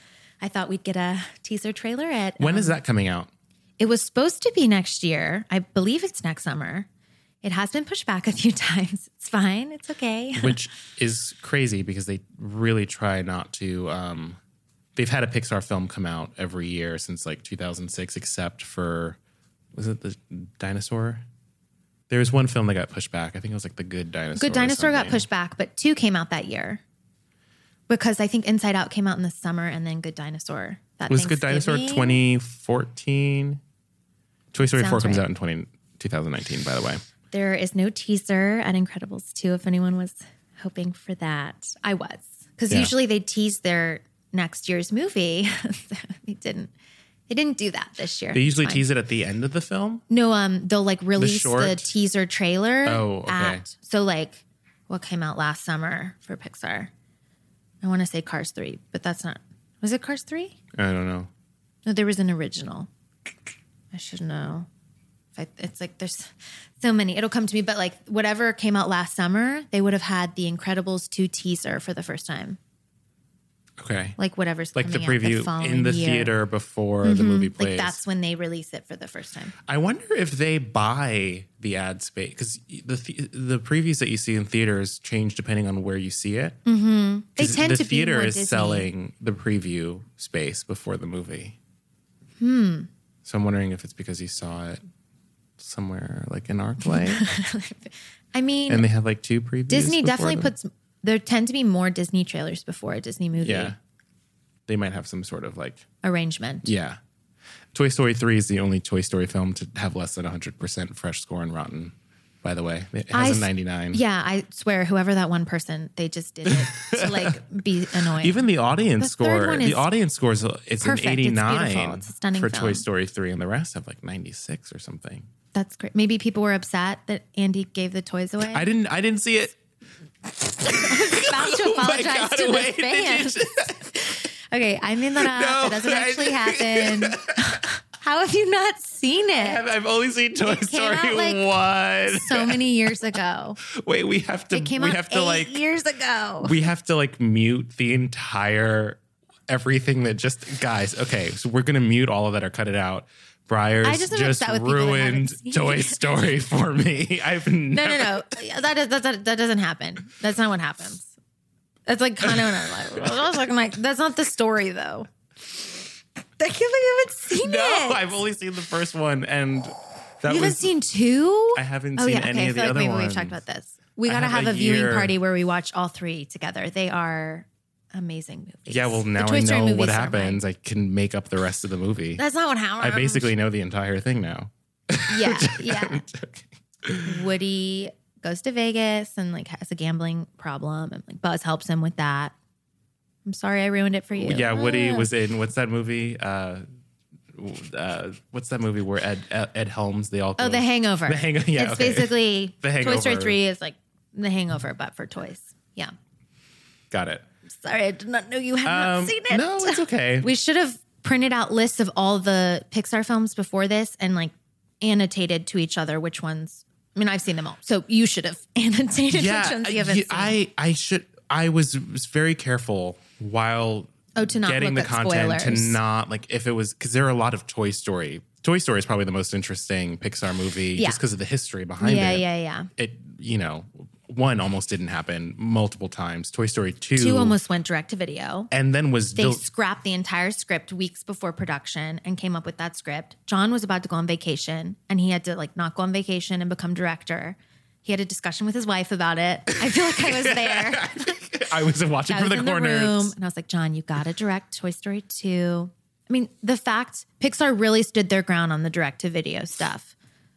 S2: I thought we'd get a teaser trailer at.
S1: When is that coming out?
S2: it was supposed to be next year? I believe it's next summer. It has been pushed back a few times. It's fine. It's okay.
S1: Which is crazy because they really try not to. Um, they've had a Pixar film come out every year since like 2006, except for, was it the dinosaur? There was one film that got pushed back. I think it was like The Good Dinosaur.
S2: Good
S1: or
S2: Dinosaur got
S1: something.
S2: pushed back, but two came out that year because I think Inside Out came out in the summer, and then Good Dinosaur. That
S1: Was Good Dinosaur
S2: Thanksgiving.
S1: 2014? Toy Story 4
S2: Sounds
S1: comes
S2: right.
S1: out in 20, 2019, by the way.
S2: There is no teaser at Incredibles 2 if anyone was hoping for that. I was. Because
S1: Yeah.
S2: usually they tease their next year's movie. so they didn't they didn't do that this year.
S1: They usually
S2: It's fine.
S1: tease it at the end of the film.
S2: No, um they'll like release the,
S1: short?
S2: teaser trailer
S1: Oh, okay.
S2: at so like what came out last summer for Pixar. I want to say Cars 3, but that's not was it Cars 3?
S1: I don't know.
S2: No, there was an original. I should know. If I- It's like there's so many. It'll come to me, but like whatever came out last summer, they would have had the Incredibles 2 teaser for the first time.
S1: Okay.
S2: Like whatever's
S1: Like the
S2: coming out the
S1: preview
S2: following
S1: in the
S2: year. Mm-hmm.
S1: theater before the movie plays.
S2: Like that's when they release it for the first time.
S1: I wonder if they buy the ad space because the th- the previews that you see in theaters change depending on where you see it.
S2: Mm. They
S1: 'Cause
S2: tend
S1: the
S2: to be
S1: theater
S2: more
S1: is
S2: Disney.
S1: selling the preview space before the movie. Hmm. So I'm wondering if it's because you saw it somewhere like in Arclight,
S2: I mean,
S1: and they have like two previews.
S2: Disney
S1: before
S2: definitely
S1: them.
S2: puts there tend to be more Disney trailers before a Disney movie
S1: yeah. They might have some sort of like
S2: arrangement.
S1: yeah. Toy Story 3 is the only Toy Story film to have less than 100% fresh score on Rotten, by the way. It
S2: I
S1: has a
S2: s-
S1: 99.
S2: Yeah, I swear, whoever that one person, they just did it to like be annoying.
S1: Even the audience
S2: The third
S1: score,
S2: one
S1: the
S2: is
S1: audience score is it's
S2: perfect.
S1: an
S2: It's
S1: 89
S2: beautiful. It's a stunning
S1: for Toy
S2: film.
S1: Story 3 and the rest have like 96 or something.
S2: That's great. Maybe people were upset that Andy gave the toys away.
S1: I didn't I didn't see it.
S2: about to
S1: Oh
S2: apologize to the fans. Okay, I made that
S1: No,
S2: up. it doesn't
S1: I-
S2: actually happen. How have you not seen it?
S1: I've, I've only seen Toy
S2: came
S1: Story
S2: out, like,
S1: 1.
S2: So many years ago.
S1: Wait, we have to
S2: It came
S1: we
S2: out
S1: have
S2: eight
S1: to like
S2: years ago.
S1: we have to like mute the entire everything that just guys, okay, so we're going to mute all of that or cut it out. Briars
S2: I just
S1: just,
S2: am upset with people that
S1: ruined
S2: haven't seen
S1: Toy
S2: it.
S1: Story for me. I've
S2: No, no, no. That, is, that, that, that doesn't happen. That's not what happens. That's like kind of what I was like, like, that's not the story though. I can't believe you haven't seen
S1: No,
S2: it.
S1: I've only seen the first one, and that
S2: you haven't
S1: was
S2: seen two?
S1: I haven't seen any
S2: Oh, I
S1: of the
S2: feel like
S1: other
S2: maybe
S1: ones.
S2: We've talked about this. We
S1: I
S2: gotta
S1: have
S2: have,
S1: a
S2: a, viewing
S1: year-
S2: party where we watch all three together. They are amazing movies.
S1: Yeah, well,
S2: The
S1: now
S2: Toy
S1: I
S2: Story
S1: know what
S2: movies are mine.
S1: happens. I can make up the rest of the movie.
S2: That's not what happened.
S1: I basically know the entire thing now.
S2: yeah, yeah.
S1: Okay.
S2: Woody goes to Vegas and like has a gambling problem, and like Buzz helps him with that. I'm sorry I ruined it for you.
S1: yeah, Woody
S2: Ah.
S1: was in what's that movie? Uh, w- uh, what's that movie where Ed Ed, Ed Helms? They all
S2: Oh, The Hangover.
S1: The Hang- yeah,
S2: it's
S1: okay.
S2: basically
S1: The
S2: Toy Story
S1: Hangover.
S2: Three is like The Hangover, but for toys. Yeah.
S1: got it.
S2: Sorry, I did not know you had
S1: Um,
S2: not seen it.
S1: No, it's okay.
S2: We should have printed out lists of all the Pixar films before this and like annotated to each other which ones. I mean, I've seen them all, so you should have annotated which
S1: yeah,
S2: ones you
S1: I-
S2: haven't seen.
S1: I I should I was, was very careful while
S2: Oh, to not
S1: getting
S2: look
S1: the
S2: up
S1: content to
S2: spoilers.
S1: not like if it was because there are a lot of Toy Story. Toy Story is probably the most interesting Pixar movie
S2: Yeah.
S1: just because of the history behind
S2: yeah,
S1: it.
S2: yeah, yeah.
S1: It you know one almost didn't happen multiple times. Toy Story two,
S2: Two almost went direct to video.
S1: and then was
S2: They
S1: del-
S2: scrapped the entire script weeks before production and came up with that script. John was about to go on vacation and he had to like not go on vacation and become director. He had a discussion with his wife about it. I feel like I was there.
S1: I was watching
S2: I
S1: from
S2: was
S1: the
S2: in the
S1: corner.
S2: room and I was like, John, you gotta direct Toy Story 2. I mean, the fact Pixar really stood their ground on the direct to video stuff.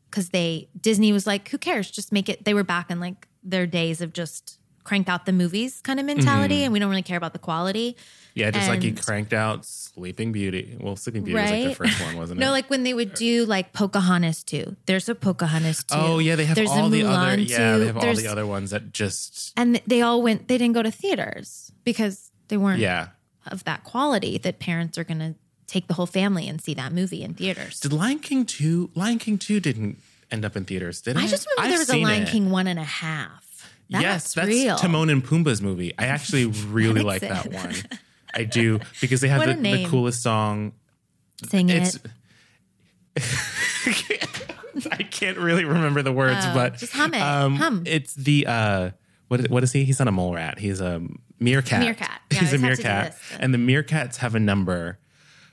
S2: Cause they Disney was like, who cares? Just make it they were back in like their days of just crank out the movies kind of mentality and we don't really care about the quality.
S1: Mm-hmm. Yeah, just like he
S2: And-
S1: cranked out Sleeping Beauty. Well, Sleeping Beauty was like
S2: Right?
S1: the first one, wasn't it?
S2: No, like when they would do like Pocahontas 2. There's a Pocahontas 2.
S1: oh yeah, they have
S2: There's a
S1: all the other
S2: Mulan
S1: yeah,
S2: 2.
S1: they have all
S2: There's-
S1: the other ones that just
S2: And they all went, they didn't go to theaters because they weren't
S1: yeah.
S2: of that quality that parents are going to take the whole family and see that movie in theaters.
S1: Did Lion King two? Lion King two didn't end up in theaters, did it?
S2: I just remember
S1: I've
S2: there was a
S1: seen
S2: Lion
S1: it.
S2: King one and a half. That's
S1: yes, that's
S2: real.
S1: Timon and Pumbaa's movie. I actually really like
S2: sense.
S1: that one. I do because they have
S2: What
S1: the,
S2: a
S1: the
S2: name.
S1: coolest song.
S2: Sing it.
S1: It's I can't really remember the words, but
S2: Oh, just hum it. Hum.
S1: Um, It's the uh, what? What is he? He's not a mole rat. He's a meerkat.
S2: Meerkat. Yeah, I
S1: he's a
S2: always have to do
S1: meerkat.
S2: this.
S1: And the meerkats have a number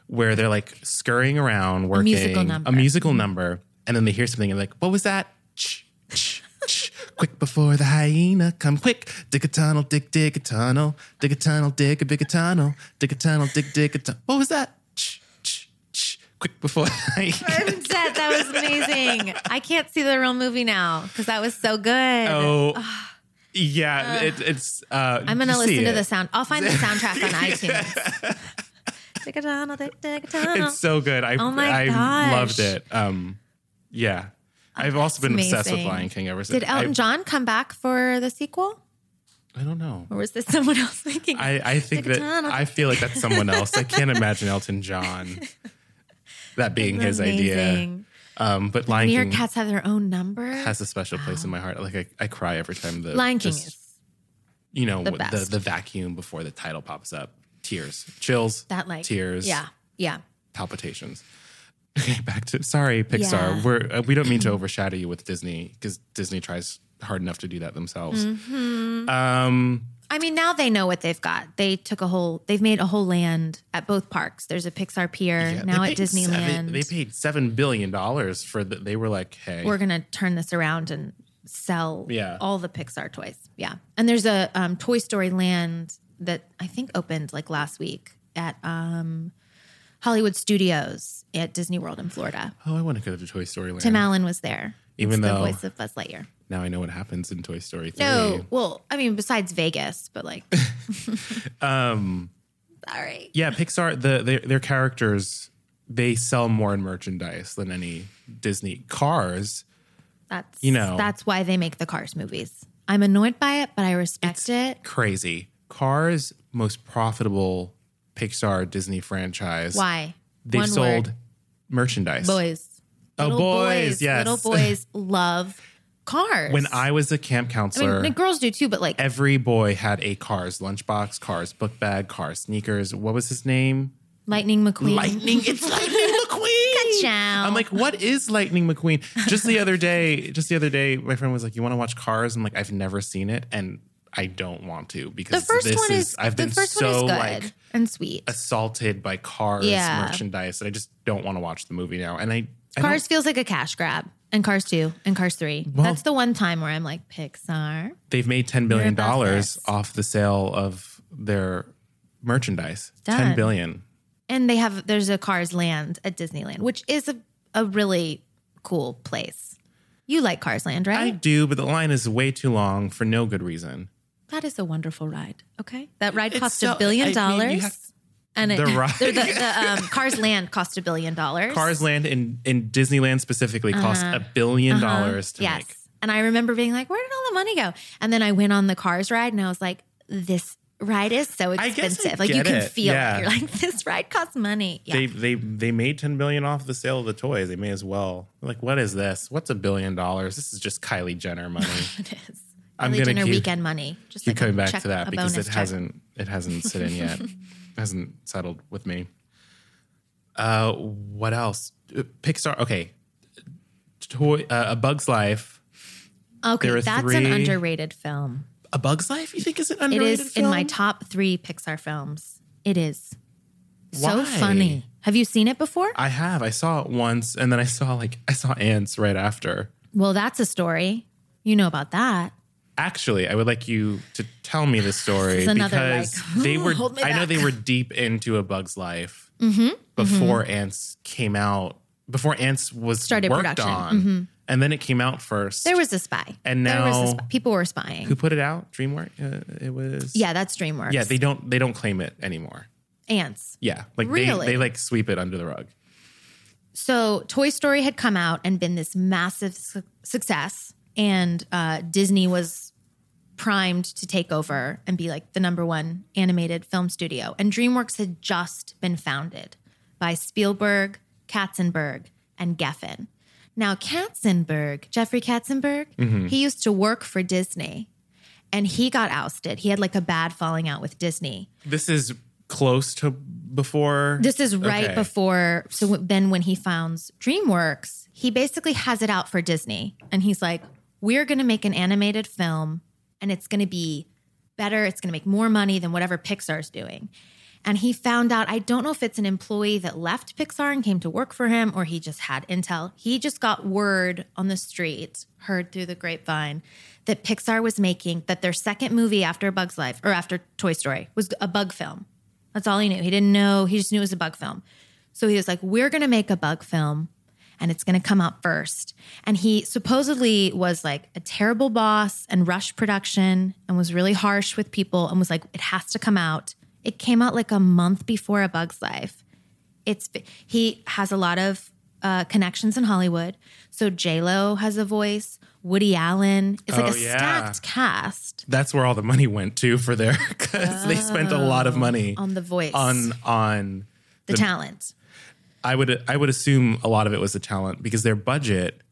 S1: where they're like scurrying around, working
S2: musical number. Mm-hmm.
S1: a musical number, and then they hear something and they're like, "What was that?" Ch, ch, ch. Quick before the hyena come quick. Dig a tunnel, dig, dig a tunnel, dig a tunnel, dig a big a tunnel, dig a tunnel, dig, dig a tunnel. What was that? Ch, ch, ch. Quick before the hyena.
S2: That, that was amazing. I can't see the real movie now because that was so good.
S1: Oh, yeah. it, it's. Uh,
S2: I'm gonna listen to the sound. I'll find the soundtrack on iTunes. Dick-a-tunnel, dick-dick-a-tunnel.
S1: It's so good. I
S2: Oh my
S1: I
S2: gosh.
S1: loved it. Um, yeah. I've also been obsessed with
S2: amazing.
S1: Lion King ever since.
S2: Did Elton
S1: I,
S2: John come back for the sequel,
S1: I don't know.
S2: or was this someone else making? it?
S1: I, I think that
S2: Dick-a-tunnel,
S1: I feel like that's someone else. I can't imagine Elton John that being his idea.
S2: Amazing.
S1: Um, but Lion King
S2: Meerkats have their own number.
S1: has a special place in my heart. Like I, I cry every time the
S2: Lion King
S1: just,
S2: is
S1: you know the, the
S2: best.
S1: vacuum before the title pops up. Tears, chills,
S2: that like
S1: tears,
S2: Yeah, yeah.
S1: palpitations. Okay, back to sorry, Pixar.
S2: Yeah.
S1: We're uh, we don't mean to overshadow you with Disney because Disney tries hard enough to do that themselves.
S2: Mm-hmm.
S1: Um,
S2: I mean, now they know what they've got. They took a whole. They've made a whole land at both parks. There's a Pixar Pier
S1: yeah,
S2: now
S1: they
S2: at
S1: paid
S2: Disneyland.
S1: Seven, they paid seven billion dollars for the. They were like, hey,
S2: we're gonna turn this around and sell
S1: Yeah.
S2: all the Pixar toys. Yeah, and there's a um, Toy Story Land that I think opened like last week at um, Hollywood Studios at Disney World in Florida.
S1: oh, I want to go to Toy Story Land.
S2: Tim Allen was there.
S1: Even
S2: It's
S1: though-
S2: the voice of Buzz Lightyear.
S1: now I know what happens in Toy Story Three.
S2: No, well, I mean besides Vegas, but like, um,
S1: Um,
S2: sorry,
S1: Yeah, Pixar. The their, their characters they sell more in merchandise than any Disney cars.
S2: that's
S1: you know.
S2: that's why they make the Cars movies. I'm annoyed by it, but I respect it.
S1: Crazy cars, most profitable Pixar Disney franchise.
S2: Why?
S1: They've
S2: One
S1: sold
S2: word.
S1: merchandise.
S2: boys.
S1: Oh, boys, yes.
S2: Little boys love cars.
S1: When I was a camp
S2: I
S1: counselor,
S2: mean, the girls do too, but like
S1: every boy had a Cars lunchbox, Cars book bag, Cars sneakers. What was his name?
S2: Lightning McQueen.
S1: Lightning. It's Lightning McQueen.
S2: Ka-chow.
S1: I'm like, what is Lightning McQueen? Just the other day, just the other day, my friend was like, "You want to watch Cars?" I'm like, "I've never seen it, and I don't want to
S2: the
S1: because
S2: first
S1: this
S2: one
S1: is,
S2: is,
S1: I've
S2: the
S1: been
S2: first
S1: so
S2: one is good
S1: like
S2: and sweet.
S1: assaulted by Cars
S2: Yeah.
S1: merchandise that I just don't want to watch the movie now." And I, I don't-
S2: Cars feels like a cash grab, and Cars two, and Cars three. That's the one time where I'm like Pixar.
S1: they've made ten billion
S2: above
S1: dollars
S2: this.
S1: off the sale of their merchandise.
S2: Done.
S1: Ten billion.
S2: And they have there's a Cars Land at Disneyland, which is a, a really cool place. You like Cars Land,
S1: I
S2: right?
S1: do, but the line is way too long for no good reason.
S2: that is a wonderful ride. Okay, that ride cost
S1: so-
S2: a billion
S1: I mean,
S2: dollars.
S1: you have-
S2: and it,
S1: The ride-
S2: the, the, um, Cars Land cost a billion dollars.
S1: Cars Land in, in Disneyland specifically cost a billion dollars to
S2: Uh-huh. yes.
S1: make.
S2: And I remember being like, where did all the money go? And then I went on the cars ride and I was like, this ride is so
S1: I guess I
S2: expensive. like you
S1: get
S2: can
S1: it.
S2: feel
S1: Yeah.
S2: it. You're like, this ride costs money. Yeah.
S1: They they they made ten billion off the sale of the toys. They may as well. Like, what is this? What's a billion dollars? This is just Kylie Jenner money.
S2: it is.
S1: I'm
S2: Early
S1: gonna
S2: dinner
S1: keep-
S2: weekend money. Just
S1: Keep
S2: like a
S1: coming back
S2: check-
S1: to
S2: a
S1: that because
S2: bonus
S1: it
S2: check.
S1: hasn't it hasn't sit in yet. hasn't settled with me. Uh, what else? Uh, Pixar. Okay, toy. Uh, a Bug's Life
S2: Okay,
S1: There are
S2: that's an
S1: three-
S2: underrated film.
S1: A Bug's Life, you think is an
S2: It
S1: underrated
S2: is in my
S1: film?
S2: top three Pixar films. It is so
S1: Why?
S2: funny. Have you seen it before?
S1: I have. I saw it once, and then I saw like I saw ants right after.
S2: well, that's a story. You know about that.
S1: Actually, I would like you to tell me the story
S2: This is another,
S1: because
S2: like,
S1: they were.
S2: hold me
S1: I know
S2: back. Mm-hmm,
S1: they were deep into a Bug's Life before ants came out. Before ants was
S2: Started
S1: worked
S2: production. Mm-hmm.
S1: on, and then it came out first.
S2: There was a spy.
S1: And
S2: there was a
S1: now-
S2: spy. people were spying.
S1: who put it out? DreamWorks. Uh, it was.
S2: yeah, that's DreamWorks.
S1: Yeah. They don't. They don't claim it anymore.
S2: ants.
S1: Yeah. Like
S2: Really?
S1: they. They like sweep it under the rug.
S2: So Toy Story had come out and been this massive su- success, and uh, Disney was primed to take over and be like the number one animated film studio. And DreamWorks had just been founded by Spielberg, Katzenberg, and Geffen. Now, Katzenberg, Jeffrey Katzenberg, he used to work for Disney and he got ousted. He had like a bad falling out with Disney.
S1: This is close to before.
S2: This is right
S1: Okay.
S2: before. So w- then, when he founds DreamWorks, he basically has it out for Disney, and he's like, "We're going to make an animated film, and it's going to be better. It's going to make more money than whatever Pixar's doing." And he found out. I don't know if it's an employee that left Pixar and came to work for him, or he just had intel. He just got word on the street, heard through the grapevine, that Pixar was making that their second movie after Bug's Life or after Toy Story was a bug film. That's all he knew. He didn't know. He just knew it was a bug film. So he was like, "We're going to make a bug film, and it's going to come out first. And he supposedly was like a terrible boss and rushed production and was really harsh with people and was like, "It has to come out." It came out like a month before A Bug's Life. It's he has a lot of uh, connections in Hollywood. So J Lo has a voice. Woody Allen. It's like
S1: Oh,
S2: a
S1: yeah.
S2: stacked cast
S1: that's where all the money went to for their because they spent a lot
S2: Oh.
S1: of money
S2: on the voice,
S1: on on
S2: the talent.
S1: I would I would assume a lot of it was the talent because their budget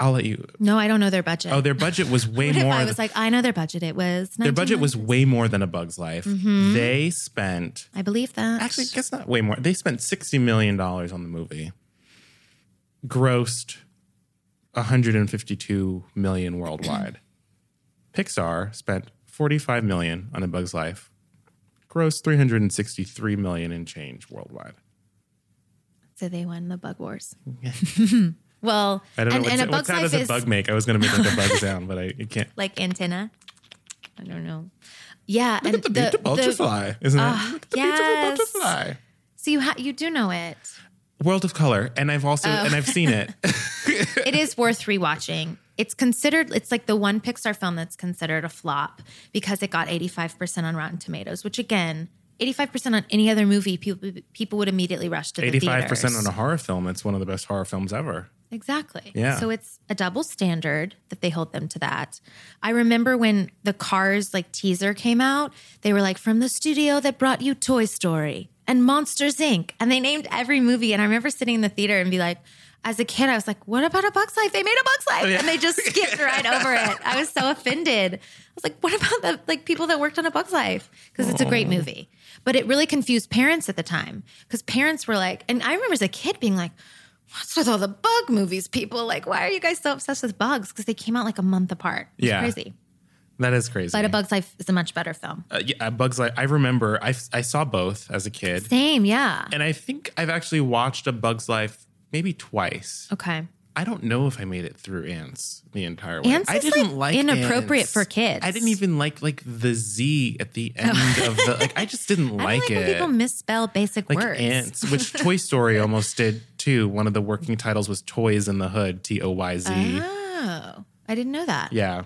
S1: I'll let you
S2: No, I don't know their budget.
S1: oh their budget was way
S2: What if
S1: more
S2: I
S1: th-
S2: was like, I know their budget. It was
S1: their budget was way more than a bug's life.
S2: Mm-hmm.
S1: They spent
S2: I believe that.
S1: actually I guess not way more. They spent 60 million dollars on the movie. Grossed 152 million worldwide. Pixar spent 45 million on a bug's life. Grossed 363 million in change worldwide.
S2: so they won the Bug Wars. well,
S1: I don't know
S2: and,
S1: what,
S2: and a
S1: what
S2: Bug's
S1: sound
S2: Life
S1: does a
S2: is
S1: bug make. I was going to make like a bug sound, but I it can't.
S2: like antenna. I don't know. Yeah, and Ah,
S1: The, beautiful butterfly, isn't it? Look at the
S2: yes.
S1: beautiful butterfly.
S2: so you ha- you do know it.
S1: World of Color, and I've also and I've seen it.
S2: It is worth rewatching. It's considered. It's like the one Pixar film that's considered a flop because it got eighty five percent on Rotten Tomatoes, which again. 85% on any other movie, people people would immediately rush to the theaters.
S1: Eighty-five percent on a horror film. It's one of the best horror films ever.
S2: Exactly.
S1: Yeah.
S2: So it's a double standard that they hold them to that. I remember when the Cars like teaser came out, they were like from the studio that brought you Toy Story and Monsters Inc. and they named every movie and I remember sitting in the theater and be like as a kid I was like what about a Bug's Life? They made a Bug's Life and they just skipped right over it. I was so offended. I was like what about the like people that worked on a Bug's Life because it's a great movie. But it really confused parents at the time because parents were like and I remember as a kid being like What's with all the bug movies, people? Like, why are you guys so obsessed with bugs? Because they came out like a month apart. It's
S1: Yeah.
S2: crazy.
S1: That is crazy.
S2: But A Bug's Life is a much better film.
S1: Uh, yeah, A Bug's Life. I remember. I I saw both as a kid,
S2: Same, yeah.
S1: and I think I've actually watched A Bug's Life maybe twice.
S2: Okay.
S1: I don't know if I made it through ants the entire way.
S2: Ants
S1: I
S2: is,
S1: didn't like,
S2: like, inappropriate
S1: Ants.
S2: for kids.
S1: I didn't even like like the Z at the end of the like. I just didn't
S2: I don't
S1: like,
S2: like when
S1: it.
S2: people misspell basic
S1: like
S2: words.
S1: ants, which Toy Story almost did too. One of the working titles was Toys in the Hood, T O Y Z.
S2: Oh, I didn't know that.
S1: Yeah,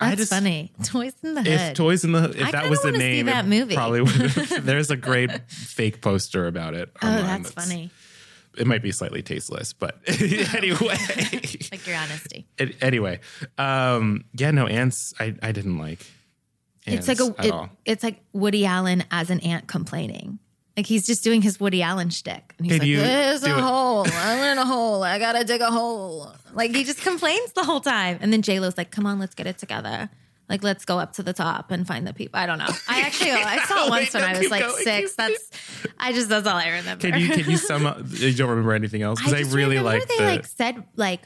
S2: That's
S1: I just
S2: funny. Toys in the
S1: if
S2: Hood.
S1: Toys in the Hood,
S2: I
S1: if that
S2: kinda
S1: was the
S2: wanna see
S1: name,
S2: that
S1: it
S2: movie.
S1: probably would. There's a great fake poster about it.
S2: oh,
S1: online
S2: that's funny.
S1: It might be slightly tasteless, but anyway.
S2: Like your honesty.
S1: An- anyway, um, yeah, no ants. I, I didn't like. Ants
S2: It's like a
S1: at
S2: it-
S1: all.
S2: it's like Woody Allen as an ant complaining. Like he's just doing his Woody Allen shtick. And he's
S1: Can
S2: like,
S1: you
S2: There's
S1: do
S2: a
S1: it?"
S2: hole. I'm in a hole. I gotta dig a hole. Like he just complains the whole time. And then J Lo's like, Come on, let's get it together. Like let's go up to the top and find the people. I don't know. I actually I saw it
S1: Wait,
S2: once when
S1: no,
S2: I was
S1: keep
S2: like
S1: going,
S2: six.
S1: keep
S2: That's I just that's all I remember.
S1: Can you can you sum up? You don't remember anything else because I,
S2: just
S1: really
S2: remember
S1: like
S2: they
S1: the.
S2: like said like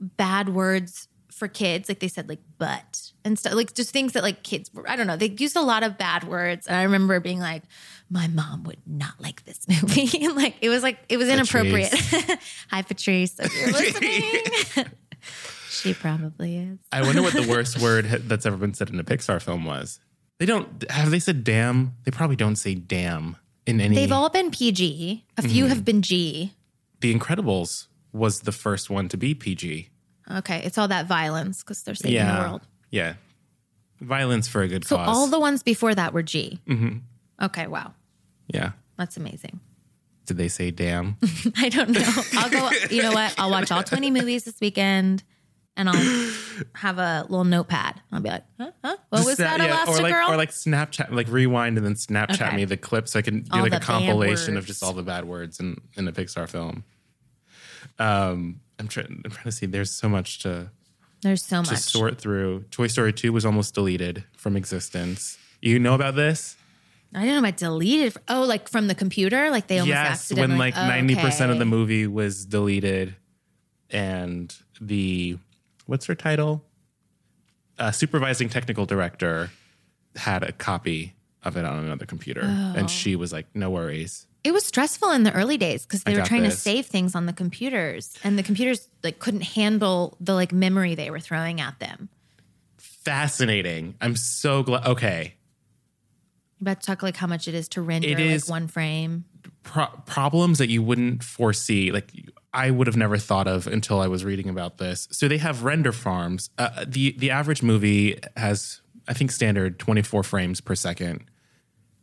S2: bad words for kids. Like they said, like butt and stuff, like just things that like kids. Were, I don't know. They used a lot of bad words, and I remember being like, "My mom would not like this movie." like it was like it was inappropriate. Hi, Patrice, if you're listening. she probably is.
S1: I wonder what the worst word ha- that's ever been said in a Pixar film was. They don't have they said damn. They probably don't say damn in any.
S2: They've all been PG. A few
S1: Mm-hmm.
S2: have been G.
S1: the Incredibles was the first one to be PG.
S2: Okay, it's all that violence because they're saving the world.
S1: yeah. Violence for a good
S2: So
S1: cause.
S2: all the ones before that were G.
S1: Mm-hmm.
S2: Okay, wow,
S1: yeah.
S2: that's amazing.
S1: Did they say damn?
S2: I don't know. I'll go. You know what? I'll watch all twenty movies this weekend, and I'll have a little notepad. I'll be like, huh? huh? What was
S1: Snap-
S2: Oh, that,
S1: yeah,
S2: Elastigirl?
S1: or like or like Snapchat, like rewind and then Snapchat
S2: Okay.
S1: me the clip so I can do
S2: All
S1: like
S2: the
S1: a
S2: bad
S1: compilation of
S2: words.
S1: just all the bad words in in a Pixar film. Um, I'm trying. I'm trying to see. There's so much to
S2: There's so
S1: to
S2: much.
S1: sort through. Toy Story 2 was almost deleted from existence. You know about this?
S2: I don't know about deleted. Oh, like from the computer? Like they almost
S1: yes, when
S2: accidentally.
S1: like
S2: oh,
S1: ninety percent of
S2: okay.
S1: the movie was deleted, and the what's her title? Uh, supervising technical director had a copy of it on another computer,
S2: Oh.
S1: and she was like, "No worries."
S2: It was stressful in the early days because they
S1: I
S2: were
S1: got
S2: trying to
S1: this.
S2: save things on the computers, and the computers like couldn't handle the like memory they were throwing at them.
S1: Fascinating. I'm so glad. Okay,
S2: You about to talk like how much it is to render
S1: It is-
S2: like one frame.
S1: pro- problems that you wouldn't foresee. Like I would have never thought of until I was reading about this. So they have render farms. Uh, the the average movie has, I think, standard 24 frames per second.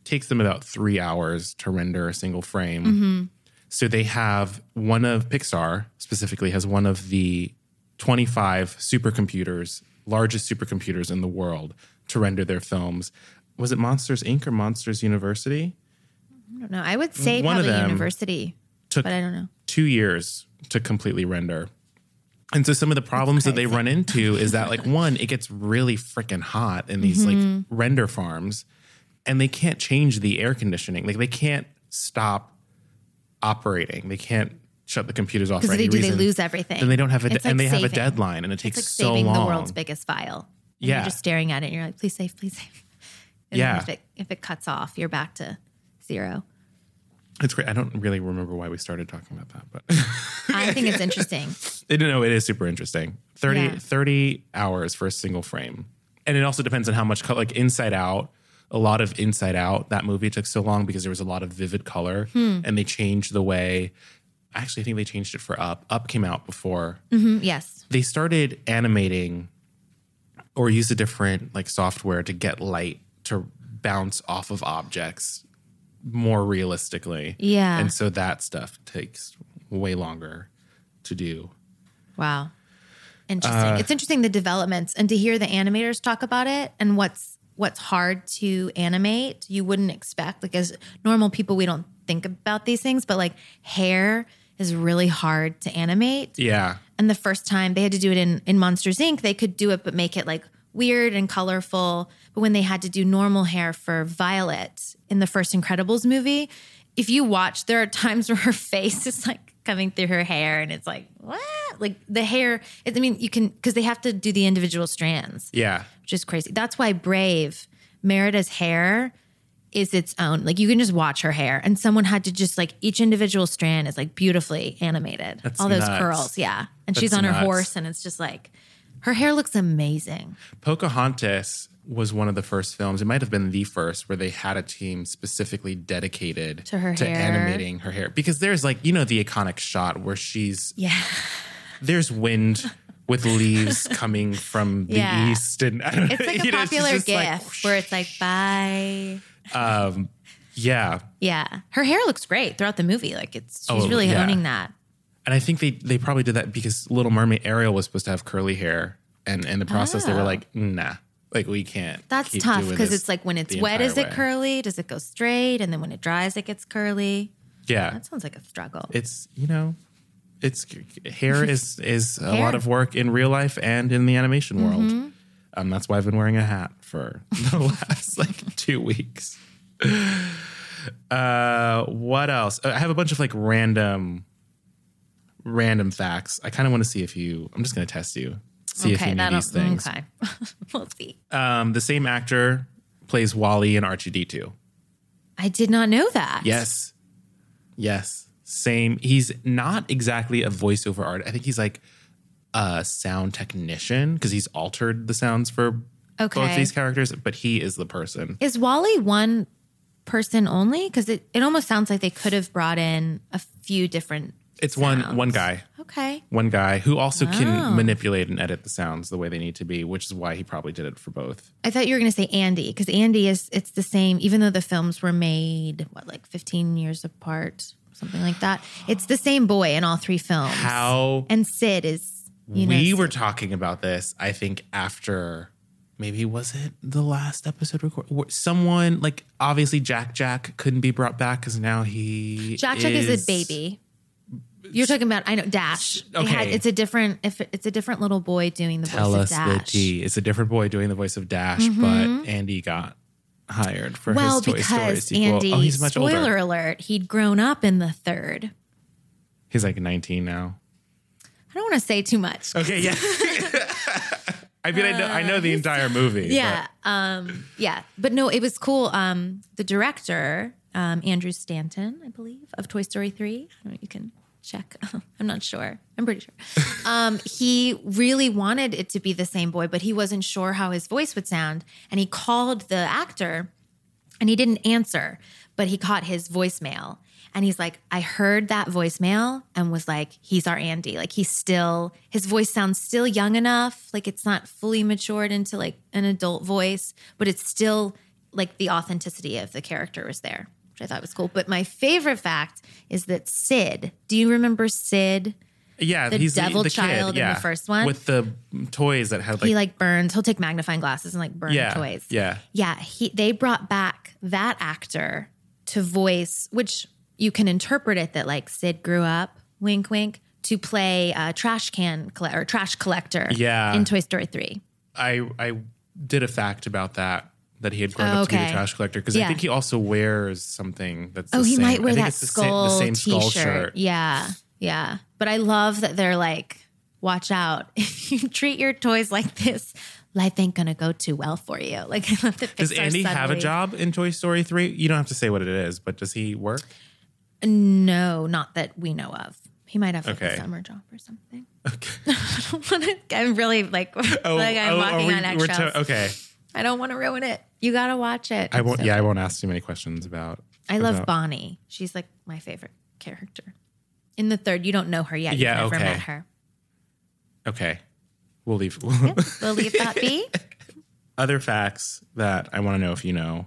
S1: Takes them about three hours to render a single frame.
S2: Mm-hmm.
S1: So they have one of Pixar specifically has one of the 25 supercomputers, largest supercomputers in the world to render their films. Was it Monsters Inc. or Monsters University?
S2: I don't know. I would say
S1: One of
S2: probably
S1: them
S2: university,
S1: took-
S2: but I don't know.
S1: two years to completely render. And so some of the problems that they run into is that like one, it gets really freaking hot in these like
S2: Mm-hmm.
S1: render farms and they can't change the air conditioning. Like they can't stop operating. They can't shut the computers off for
S2: Because
S1: any
S2: they do,
S1: reason.
S2: they lose everything.
S1: Then they don't have a
S2: It's
S1: and
S2: like
S1: they have a
S2: saving.
S1: deadline and it takes
S2: It's like
S1: so
S2: saving
S1: long.
S2: the world's biggest file. And
S1: Yeah.
S2: You're just staring at it and you're like, please save, please save. And then
S1: Yeah.
S2: If it, if it cuts off, you're back to zero.
S1: It's great. I don't really remember why we started talking about that, but
S2: I think it's interesting.
S1: I don't know. It is super interesting. 30,
S2: Yeah.
S1: 30 hours for a single frame. And it also depends on how much color, like Inside Out, a lot of Inside Out, that movie took so long because there was a lot of vivid color
S2: Hmm.
S1: and they changed the way. Actually, I think they changed it for Up. Up came out before.
S2: Mm, yes.
S1: They started animating or used a different like software to get light to bounce off of objects more realistically.
S2: Yeah.
S1: And so that stuff takes way longer to do.
S2: Wow. Interesting.
S1: Uh,
S2: it's interesting the developments and to hear the animators talk about it and what's what's hard to animate. You wouldn't expect like as normal people we don't think about these things, but like hair is really hard to animate.
S1: Yeah.
S2: And the first time they had to do it in in Monsters Inc, they could do it but make it like weird and colorful. But when they had to do normal hair for Violet in the first Incredibles movie, if you watch, there are times where her face is like coming through her hair, and it's like what? Like the hair. I mean, you can because they have to do the individual strands
S1: Yeah.
S2: which is crazy. That's why Brave, Merida's hair is its own. Like you can just watch her hair, and someone had to just like each individual strand is like beautifully animated.
S1: That's
S2: All those
S1: nuts.
S2: curls, yeah. And she's
S1: That's
S2: on her
S1: nuts.
S2: horse, and it's just like her hair looks amazing.
S1: Pocahontas was one of the first films. It might have been the first where they had a team specifically dedicated
S2: To her hair.
S1: animating her hair because there's like you know the iconic shot where she's
S2: Yeah,
S1: there's wind with leaves coming from the
S2: Yeah.
S1: east and I don't
S2: it's like
S1: you
S2: a
S1: know, she's
S2: popular
S1: just
S2: gif
S1: like,
S2: where it's like bye.
S1: yeah.
S2: Yeah, her hair looks great throughout the movie. Like it's she's
S1: Oh,
S2: really
S1: yeah.
S2: owning that.
S1: And I think they they probably did that because Little Mermaid Ariel was supposed to have curly hair and in the process they were
S2: Oh.
S1: like nah like we can't
S2: That's
S1: keep
S2: tough
S1: doing
S2: because
S1: this
S2: it's like when it's
S1: the
S2: wet,
S1: entire
S2: is it
S1: way.
S2: curly? Does it go straight? And then when it dries, it gets curly.
S1: yeah
S2: That sounds like a struggle.
S1: it's you know it's hair is is a
S2: Hair. Mm-hmm.
S1: lot of work in real life and in the animation world um, that's why i've been wearing a hat for the last like two weeks uh what else Uh, i have a bunch of like random random facts i kind of want to see if you i'm just going to test you see if he knew
S2: that'll-
S1: these things.
S2: Okay, we'll see.
S1: Um, the same actor plays Wally in R2D2.
S2: I did not know that.
S1: Yes. Yes. Same. He's not exactly a voiceover artist. I think he's like a sound technician because he's altered the sounds for both
S2: Okay.
S1: these characters, but he is the person.
S2: Is Wally one person only? Because it, it almost sounds like they could have brought in a few different.
S1: It's
S2: sounds.
S1: one one guy.
S2: Okay.
S1: One guy who also
S2: Wow.
S1: can manipulate and edit the sounds the way they need to be, which is why he probably did it for both.
S2: I thought you were going to say Andy because Andy is it's the same even though the films were made what like 15 years apart something like that. It's the same boy in all three films.
S1: How
S2: and Sid is you know
S1: we
S2: Sid.
S1: were talking about this, I think, after maybe was it the last episode record? wh- Someone like obviously Jack Jack couldn't be brought back because now he
S2: Jack Jack is, a baby. You're talking about I know Dash. They had-
S1: okay.
S2: it's a different if it's a different little boy doing the
S1: Tell us
S2: voice of
S1: the
S2: Dash. Mm-hmm.
S1: D. It's a different boy doing the voice of Dash, but Andy got hired for
S2: Well,
S1: his Toy Story
S2: because
S1: sequel.
S2: Andy,
S1: oh, he's much
S2: spoiler
S1: older.
S2: alert, he'd grown up in the third.
S1: He's like 19 now.
S2: I don't want to say too much.
S1: Okay, yeah. I mean, I know I know the entire movie. but-
S2: Uh, Yeah. Um, yeah. But no, it was cool. Um, the director, um, Andrew Stanton, I believe, of Toy Story 3. I don't know, you can check. I'm not sure. I'm pretty sure. Um, he really wanted it to be the same boy, but he wasn't sure how his voice would sound. And he called the actor and he didn't answer, but he caught his voicemail. And he's like, I heard that voicemail and was like, he's our Andy. Like he's still, his voice sounds still young enough. Like it's not fully matured into like an adult voice, but it's still like the authenticity of the character was there, which I thought was cool. But my favorite fact is that Sid, do you remember Sid?
S1: yeah.
S2: The
S1: he's
S2: devil
S1: the, kid,
S2: child in the
S1: yeah,
S2: first one.
S1: with the toys that had like,
S2: he like burns, he'll take magnifying glasses and like burn
S1: yeah,
S2: toys.
S1: yeah.
S2: Yeah, he they brought back that actor to voice, which you can interpret it that like Sid grew up, wink, wink, to play uh, trash can colle- or trash collector.
S1: Yeah.
S2: in Toy Story three.
S1: I I did a fact about that that he had grown
S2: Oh,
S1: up to be
S2: okay.
S1: a trash collector because
S2: Yeah.
S1: I think he also wears something that's.
S2: Oh,
S1: the
S2: he
S1: same.
S2: might wear
S1: I think
S2: that
S1: it's the same-
S2: skull
S1: the same
S2: t-shirt.
S1: skull shirt.
S2: Yeah, yeah. But I love that they're like, watch out if you treat your toys like this. Life ain't gonna go too well for you. Like, I love that
S1: Does
S2: Pixar
S1: Andy have a
S2: suddenly-
S1: job in Toy Story three? You don't have to say what it is, but does he work?
S2: No, not that we know of. He might have like
S1: Okay.
S2: a summer job or something.
S1: Okay.
S2: I don't want to. I'm really like, like I'm
S1: Oh, are
S2: walking
S1: we-
S2: on
S1: we're
S2: eggshells.
S1: to- okay.
S2: I don't want to ruin it. You gotta watch it.
S1: I won't.
S2: So-
S1: Yeah, I won't ask too many questions about.
S2: I love
S1: about-
S2: Bonnie. She's like my favorite character. In the third, you don't know her yet.
S1: Yeah,
S2: You've never
S1: okay.
S2: met her.
S1: Okay, we'll leave.
S2: We'll leave that be.
S1: Other facts that I want to know if you know.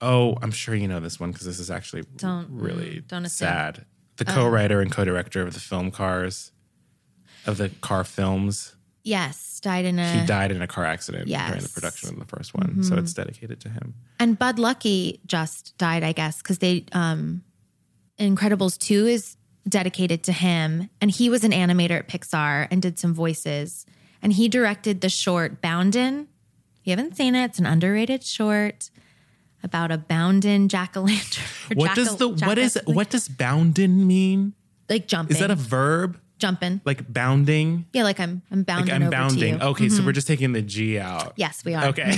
S1: Oh, I'm sure you know this one because this is actually
S2: Don't- mm,
S1: really
S2: don't assume. Oh.
S1: sad. The co-writer and co-director of the film Cars, of the Car films,
S2: Yes, died in
S1: he
S2: a.
S1: died in a car accident during the
S2: Eh. Yes. Mm-hmm.
S1: production of the first one, so it's dedicated to him.
S2: And Bud Lucky just died, I guess, because they um Incredibles 2 is dedicated to him. And he was an animator at Pixar and did some voices. And he directed the short Boundin. If you haven't seen it, it's an underrated short about a Boundin jack-o'-lantern. or
S1: What does
S2: jackal-
S1: the what is
S2: jackal-
S1: what does boundin mean?
S2: like jumping?
S1: Is that a verb?
S2: jumping?
S1: Like bounding?
S2: yeah, like I'm I'm bounding.
S1: I'm
S2: over
S1: bounding.
S2: To you. Mm-hmm.
S1: Okay, so we're just taking the G out.
S2: Yes, we are.
S1: Okay.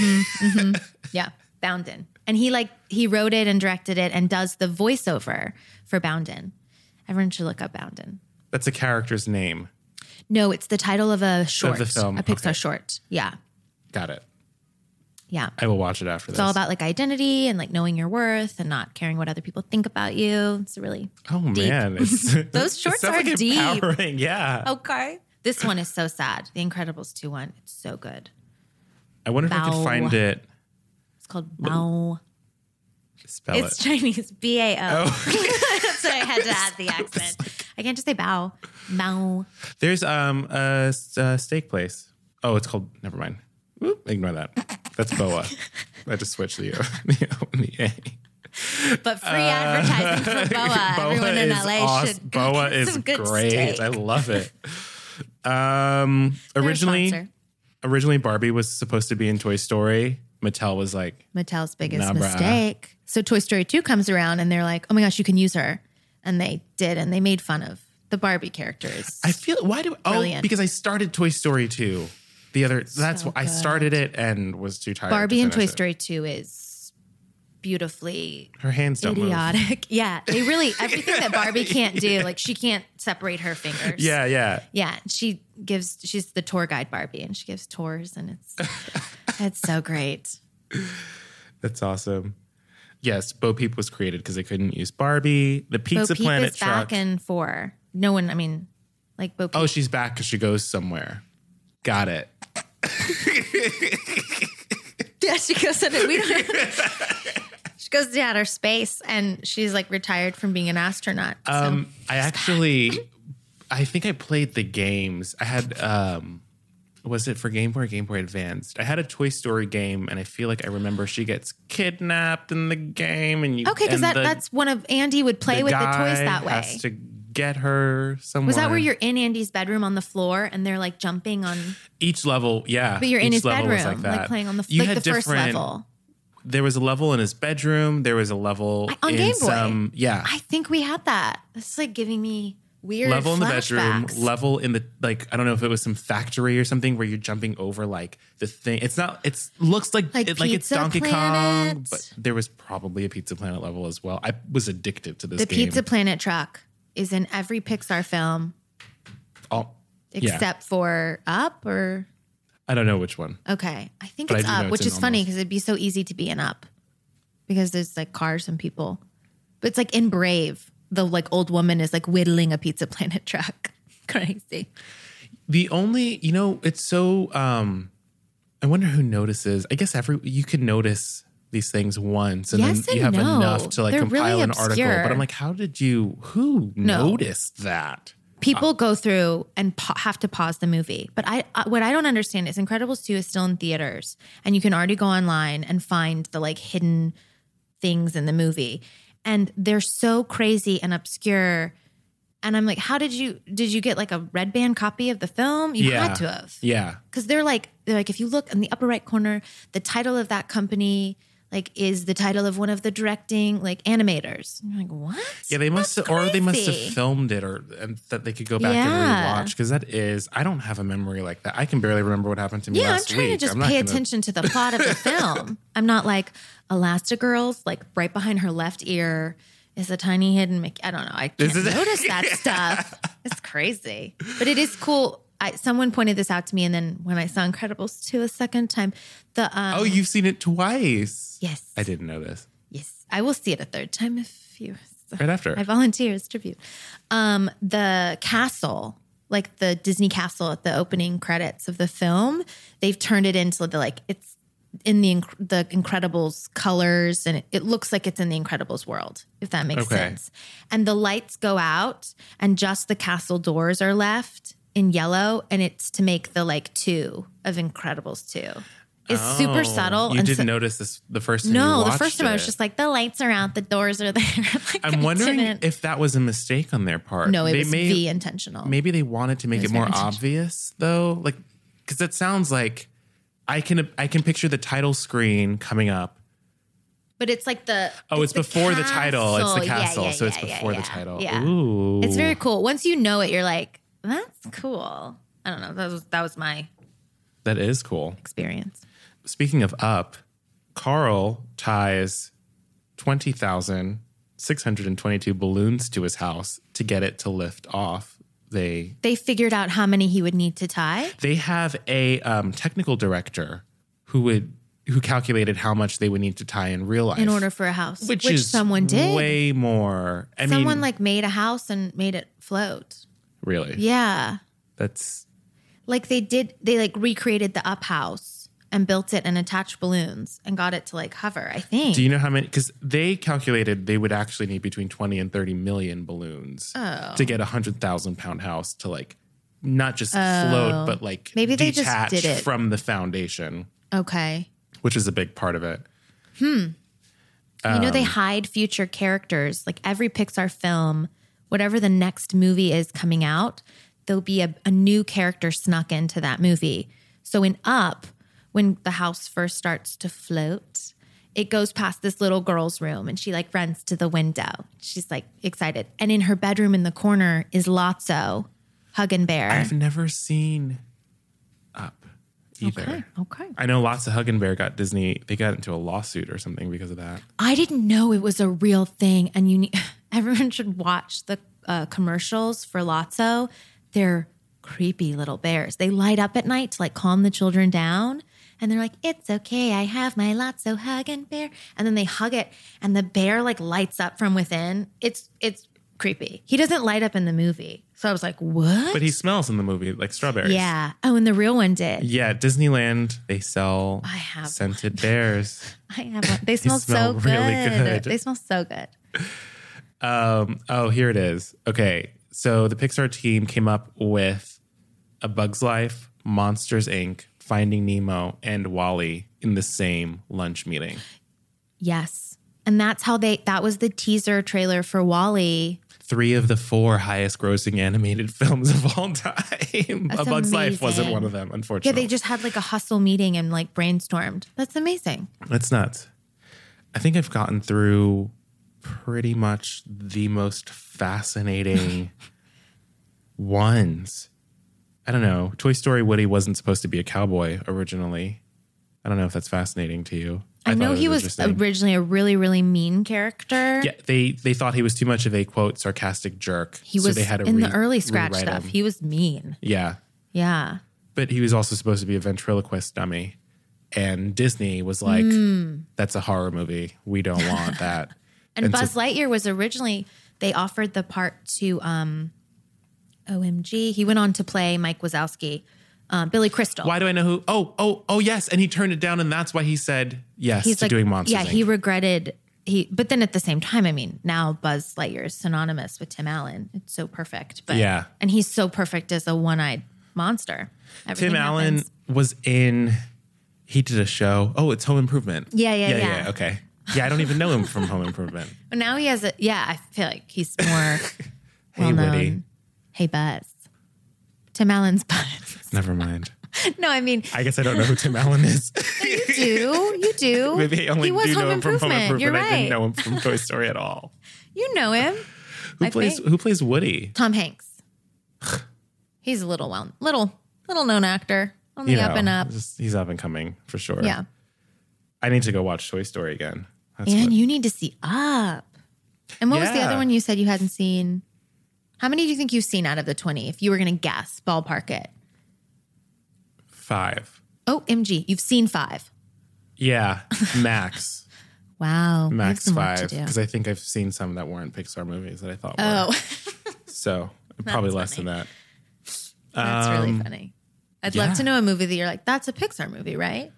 S2: Yeah, Boundin. And he like he wrote it and directed it and does the voiceover for Boundin. Everyone should look up Boundin.
S1: That's a character's name.
S2: No, it's the title of a short,
S1: film,
S2: a Pixar
S1: okay.
S2: short. Yeah,
S1: Got it.
S2: yeah.
S1: I will watch it after this.
S2: It's all about like identity and like knowing your worth and not caring what other people think about you. It's really
S1: oh man, it's,
S2: Those
S1: it
S2: shorts
S1: sounds
S2: are
S1: like
S2: deep.
S1: Empowering. Yeah.
S2: okay. This one is so sad. The Incredibles two one. It's so good.
S1: I wonder if I
S2: Bow.
S1: could find it.
S2: It's called Bao.
S1: Spell
S2: It's
S1: it.
S2: Chinese. B A O.
S1: Oh.
S2: That's what I had to add the accent. I can't just say Bao. Bao.
S1: There's um a, s- a steak place. Oh, it's called. Never mind. Whoop, ignore that. That's boa. I just switched the O the O and the A.
S2: But free advertising for Boa. Everyone in
S1: Uh, is
S2: LA
S1: awes-
S2: should go
S1: Boa
S2: get
S1: is
S2: some good
S1: great.
S2: steak.
S1: I love it. Um,
S2: They're a
S1: originally,
S2: sponsor.
S1: originally Barbie was supposed to be in Toy Story. Mattel was like,
S2: Mattel's biggest
S1: Nah, bruh.
S2: mistake. So Toy Story 2 comes around and they're like, oh my gosh, you can use her. And they did, and they made fun of the Barbie characters.
S1: I feel why do oh
S2: Brilliant.
S1: because I started Toy Story two The other that's
S2: So
S1: why I started it and was too tired.
S2: Barbie
S1: to
S2: and Toy
S1: finish it.
S2: Story 2 is beautifully
S1: Her hands don't move.
S2: idiotic. Yeah, they really everything that Barbie can't do, like she can't separate her fingers.
S1: Yeah, yeah.
S2: yeah. She gives she's the tour guide Barbie, and she gives tours, and it's it's so great.
S1: That's awesome. Yes, Bo Peep was created because they couldn't use Barbie. The
S2: Bo
S1: Pizza
S2: Peep
S1: Planet
S2: is back
S1: truck.
S2: in four. No one, I mean, like Bo Peep.
S1: oh, she's back because she goes somewhere. Got it.
S2: yeah, she goes in. We don't. she goes to outer space, and she's like retired from being an astronaut. So.
S1: Um, I actually, I think I played the games. I had, um, was it for Game Boy or Game Boy Advanced? I had a Toy Story game, and I feel like I remember she gets kidnapped in the game, and you
S2: okay, because
S1: and
S2: that,
S1: the-
S2: that's one of Andy would play with the toys
S1: guy
S2: that way.
S1: Has to get her somewhere.
S2: Was that where you're in Andy's bedroom on the floor, and they're like jumping on?
S1: each level? Yeah,
S2: But you're in
S1: each
S2: his
S1: level
S2: bedroom,
S1: was
S2: like,
S1: like, that.
S2: playing on the
S1: You
S2: like
S1: had
S2: the first
S1: different-
S2: level.
S1: There was a level in his bedroom. There was a level
S2: I- on
S1: in
S2: Game Boy.
S1: Some, yeah,
S2: I think we had that. This is like giving me weird
S1: level in the bedroom,
S2: flashbacks.
S1: level in the like I don't know if it was some factory or something where you're jumping over like the thing. It's not. It's looks like
S2: Like
S1: it, like it's
S2: Pizza
S1: Donkey Kong,
S2: Planet.
S1: but there was probably a Pizza Planet level as well. I was addicted to this
S2: the
S1: game.
S2: Pizza Planet truck is in every Pixar film
S1: All- yeah.
S2: except for Up or
S1: I don't know which one.
S2: okay. I think
S1: But I
S2: it's
S1: do know
S2: Up,
S1: it's
S2: which
S1: in
S2: is funny
S1: almost-
S2: because it'd be so easy to be in Up because there's like cars and people. But it's like in Brave, the like old woman is like whittling a Pizza Planet truck. Crazy.
S1: The only you know it's so. um I wonder who notices. I guess every you can notice these things once, and
S2: Yes
S1: then you have
S2: and no.
S1: enough to like
S2: They're
S1: compile
S2: really
S1: an article. But
S2: obscure.
S1: I'm like, how did you? Who
S2: No.
S1: noticed that?
S2: people go through and pa- have to pause the movie. But I, uh, what I don't understand is Incredibles 2 is still in theaters and you can already go online and find the like hidden things in the movie. And they're so crazy and obscure. And I'm like, how did you did you get like a red band copy of the film? You
S1: yeah,
S2: had to have
S1: yeah.
S2: because they're like they're like if you look in the upper right corner the title of that company like is the title of one of the directing like animators And you're like what
S1: Yeah, they must,
S2: That's
S1: or they must have
S2: crazy.
S1: filmed it, or and that they could go back
S2: Yeah.
S1: and rewatch because that is. I don't have a memory like that. I can barely remember what happened to me
S2: Yeah, I'm
S1: last
S2: trying
S1: week.
S2: to just
S1: I'm not
S2: pay
S1: gonna-
S2: attention to the plot of the film. I'm not like Elastigirl's, like right behind her left ear is a tiny hidden Mickey. I don't know. I can't
S1: is-
S2: notice that stuff. It's crazy, but it is cool. I, someone pointed this out to me, and then when I saw Incredibles two a second time, the um,
S1: Oh, you've seen it twice.
S2: yes,
S1: I didn't know this.
S2: yes, I will see it a third time if you.
S1: Right after.
S2: I volunteer as tribute. Um, the castle, like the Disney castle at the opening credits of the film, they've turned it into the like it's in the Inc- the Incredibles colors, and it, it looks like it's in the Incredibles world, if that makes
S1: Okay.
S2: sense. And the lights go out, and just the castle doors are left in yellow, and it's to make the like two of Incredibles two. It's
S1: Oh,
S2: super subtle.
S1: You
S2: and
S1: didn't
S2: so-
S1: notice this the first time.
S2: no,
S1: you
S2: the first
S1: watched
S2: time I was
S1: it.
S2: just like, the lights are out, the doors are there. Like, I
S1: I'm wondering
S2: didn't-
S1: if that was a mistake on their part.
S2: no, it
S1: they
S2: was
S1: may,
S2: the intentional.
S1: Maybe they wanted to make it,
S2: was
S1: more
S2: very intentional.
S1: obvious, though. Like, because that sounds like I can I can picture the title screen coming up
S2: but it's like the
S1: Oh, it's,
S2: the
S1: before the title. It's the
S2: Yeah, yeah,
S1: castle, so it's
S2: yeah, yeah,
S1: before
S2: yeah.
S1: the title.
S2: Yeah,
S1: Ooh,
S2: it's very cool. Once you know it, you're like, that's cool. I don't know. That was that was my
S1: That is cool.
S2: experience.
S1: Speaking of up, Carl ties twenty thousand six hundred and twenty-two balloons to his house to get it to lift off. They
S2: They figured out how many he would need to tie.
S1: they have a um, technical director who would who calculated how much they would need to tie in real life
S2: In order for a house,
S1: which,
S2: which,
S1: is
S2: someone did.
S1: way more. I
S2: someone
S1: mean,
S2: like made a house and made it float.
S1: really,
S2: Yeah,
S1: that's
S2: like they did. They like recreated the up house and built it and attached balloons and got it to like hover. I think.
S1: Do you know how many? Because they calculated they would actually need between 20 and 30 million balloons
S2: Oh.
S1: to get a 100,000 pound house to like not just float, but like
S2: Oh. Maybe they just
S1: detach
S2: did it.
S1: from the foundation,
S2: okay.
S1: which is a big part of it.
S2: you know, they hide future characters. Like every Pixar film, whatever the next movie is coming out, there'll be a, a new character snuck into that movie. So in Up, when the house first starts to float, it goes past this little girl's room and she like runs to the window. She's like excited. And in her bedroom in the corner is Lotso, Hug and Bear.
S1: I've never seen up. either.
S2: Okay. Okay.
S1: I know lots of Hug and Bear got Disney. They got into a lawsuit or something because of that.
S2: I didn't know it was a real thing, and you need, everyone should watch the uh, commercials for Lotso. They're creepy little bears. They light up at night to like calm the children down, and they're like, "It's okay, I have my Lotso hug and bear," and then they hug it, and the bear like lights up from within. It's it's creepy. He doesn't light up in the movie, so I was like, "What?"
S1: But he smells in the movie like strawberries.
S2: yeah. Oh, and the real one did.
S1: Yeah, Disneyland, they sell
S2: I have
S1: scented bears.
S2: I have one. They smell,
S1: smell
S2: so
S1: really good.
S2: good. They smell so good.
S1: Um, oh, here it is. Okay. So the Pixar team came up with A Bug's Life, Monsters Inc., Finding Nemo, and Wally in the same lunch meeting.
S2: Yes. And that's how they that was the teaser trailer for Wally.
S1: Three of the four highest grossing animated films of all time.
S2: That's
S1: a Bug's Life wasn't
S2: amazing.
S1: one of them,
S2: Yeah,
S1: unfortunately.
S2: they just had like a hustle meeting and like brainstormed. That's amazing.
S1: That's nuts. I think I've gotten through pretty much the most fascinating ones. I don't know. Toy Story Woody wasn't supposed to be a cowboy originally. I don't know if that's fascinating to you.
S2: I,
S1: thought
S2: know
S1: it
S2: he was
S1: interesting.
S2: originally a really, really mean character.
S1: yeah, they they thought he was too much of a quote sarcastic jerk.
S2: He was
S1: so they had to
S2: in
S1: re-
S2: the early scratch
S1: rewrite
S2: stuff.
S1: him.
S2: He was mean.
S1: yeah,
S2: Yeah.
S1: but he was also supposed to be a ventriloquist dummy. And Disney was like, "That's a horror movie. We don't want that."
S2: And,
S1: And so-
S2: Buzz Lightyear was originally they offered the part to um OMG. He went on to play Mike Wazowski, uh, Billy Crystal.
S1: Why do I know who? Oh, oh, oh, yes. And he turned it down, and that's why he said yes to doing Monsters.
S2: Yeah,
S1: Inc.
S2: he regretted he, but then at the same time, I mean, now Buzz Lightyear is synonymous with Tim Allen. It's so perfect, but
S1: Yeah.
S2: and he's so perfect as a one-eyed monster.
S1: Tim
S2: Everything
S1: Allen
S2: happens.
S1: was in. He did a show. Oh, it's Home Improvement.
S2: Yeah, yeah,
S1: yeah,
S2: yeah.
S1: Okay. Yeah, I don't even know him from Home Improvement.
S2: But now he has a yeah. I feel like he's more
S1: Woody.
S2: well known. Hey Buzz, Tim Allen's Buzz.
S1: Never mind.
S2: no, I mean
S1: I guess I don't know who Tim Allen is.
S2: you do you do?
S1: Maybe I only
S2: he was
S1: do
S2: Home
S1: know him from
S2: Improvement.
S1: Home Improvement.
S2: You're right.
S1: I didn't know him from Toy Story at all.
S2: You know him,
S1: Who
S2: I
S1: plays
S2: think.
S1: Who plays Woody?
S2: Tom Hanks. he's a little well, little little known actor on the
S1: You
S2: up
S1: know,
S2: and up.
S1: just- he's up and coming for sure.
S2: Yeah.
S1: I need to go watch Toy Story again. That's
S2: And
S1: what-
S2: you need to see up. And what was the
S1: Yeah.
S2: other one you said you hadn't seen? How many do you think you've seen out of the 20? If you were going to guess, ballpark it.
S1: five.
S2: Oh, MG, you've seen five.
S1: Yeah, max.
S2: Wow. we have
S1: max
S2: some work
S1: five
S2: to do.
S1: because I think I've seen some that weren't Pixar movies that I thought were.
S2: Oh,
S1: So probably less
S2: funny.
S1: than that.
S2: that's really funny. I'd
S1: Um, yeah.
S2: love to know a movie that you're like, that's a Pixar movie, right?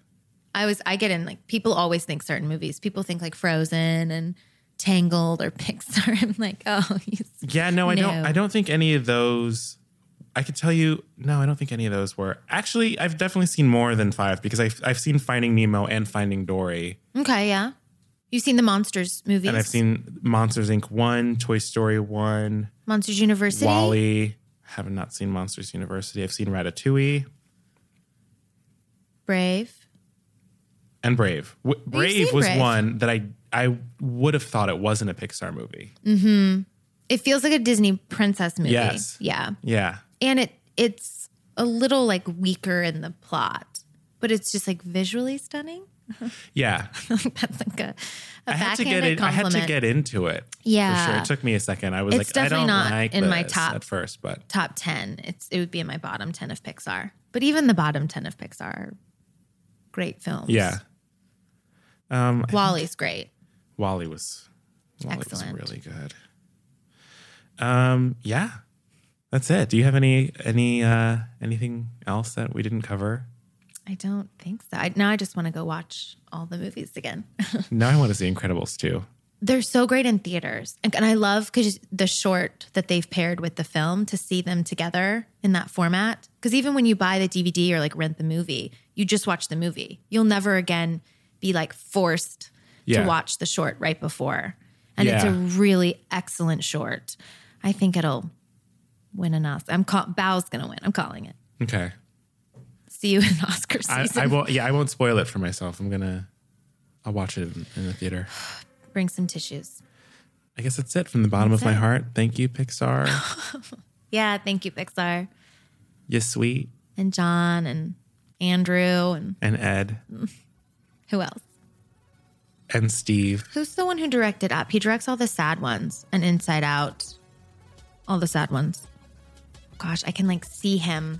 S2: I was, I get in like, people always think certain movies. People think like Frozen and Tangled or Pixar. I'm like, oh, you
S1: Yeah, no, I don't.
S2: No.
S1: I don't think any of those. I could tell you, no, I don't think any of those were. Actually, I've definitely seen more than five because I've I've seen Finding Nemo and Finding Dory,
S2: okay, yeah. You've seen the Monsters movies?
S1: and I've seen Monsters Inc. one, Toy Story one,
S2: Monsters University.
S1: Wally. Have not seen Monsters University. I've seen Ratatouille
S2: Brave.
S1: and Brave. W- Brave
S2: seen
S1: was
S2: Brave.
S1: one that I I would have thought it wasn't a Pixar movie.
S2: It feels like a Disney princess movie.
S1: Yes.
S2: Yeah.
S1: Yeah,
S2: And it it's a little like weaker in the plot, but it's just like visually stunning.
S1: yeah.
S2: That's like a, a
S1: I had to get
S2: backhanded
S1: in, I had
S2: compliment.
S1: to get into it.
S2: Yeah.
S1: for sure. It took me a second. I was
S2: It's
S1: like, I don't
S2: definitely not
S1: like
S2: in my
S1: this
S2: top.
S1: at first, but
S2: Top 10. It's it would be in my bottom 10 of Pixar. But even the bottom 10 of Pixar are great films.
S1: yeah,
S2: Wally's great.
S1: Wally was Wally
S2: Excellent.
S1: was really good. Um, yeah, that's it. Do you have any any uh anything else that we didn't cover?
S2: I don't think so. I, now I just want to go watch all the movies again.
S1: now I want to see Incredibles too.
S2: they're so great in theaters and, and i love because the short that they've paired with the film to see them together in that format because even when you buy the dvd or like rent the movie you just watch the movie you'll never again be like forced
S1: Yeah.
S2: to watch the short right before and it's a
S1: Yeah.
S2: really excellent short i think it'll win an oscar i'm call- bow's gonna win i'm calling it
S1: Okay,
S2: see you in oscar
S1: I,
S2: season
S1: I won't. Yeah, I won't spoil it for myself. I'm gonna. I'll watch it in, in the theater.
S2: bring some tissues
S1: I guess that's it from the bottom of my
S2: it.
S1: heart. Thank you, Pixar.
S2: yeah thank you pixar
S1: you sweet.
S2: and john and Andrew and
S1: and Ed
S2: who else?
S1: and Steve.
S2: Who's the one who directed Up? He directs all the sad ones and Inside Out. All the sad ones. Gosh, I can like see him.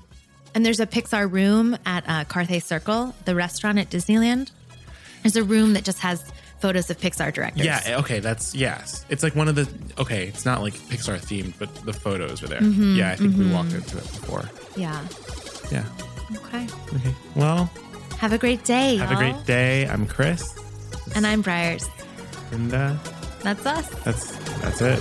S2: And there's a Pixar room at uh, Carthay Circle, the restaurant at Disneyland. There's a room that just has photos of Pixar directors.
S1: Yeah, eh, okay, that's yes. It's like one of the okay, it's not like Pixar themed, but the photos were there. yeah, I think we walked into it before.
S2: Yeah.
S1: Yeah.
S2: Okay.
S1: Okay. Well,
S2: Have a great day.
S1: have a
S2: y'all.
S1: great day. I'm Chris.
S2: And I'm Briars.
S1: And uh,
S2: That's us.
S1: that's that's it.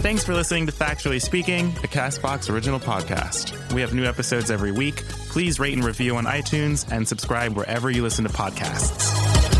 S3: Thanks for listening to Factually Speaking, a Castbox original podcast. We have new episodes every week. Please rate and review on iTunes and subscribe wherever you listen to podcasts.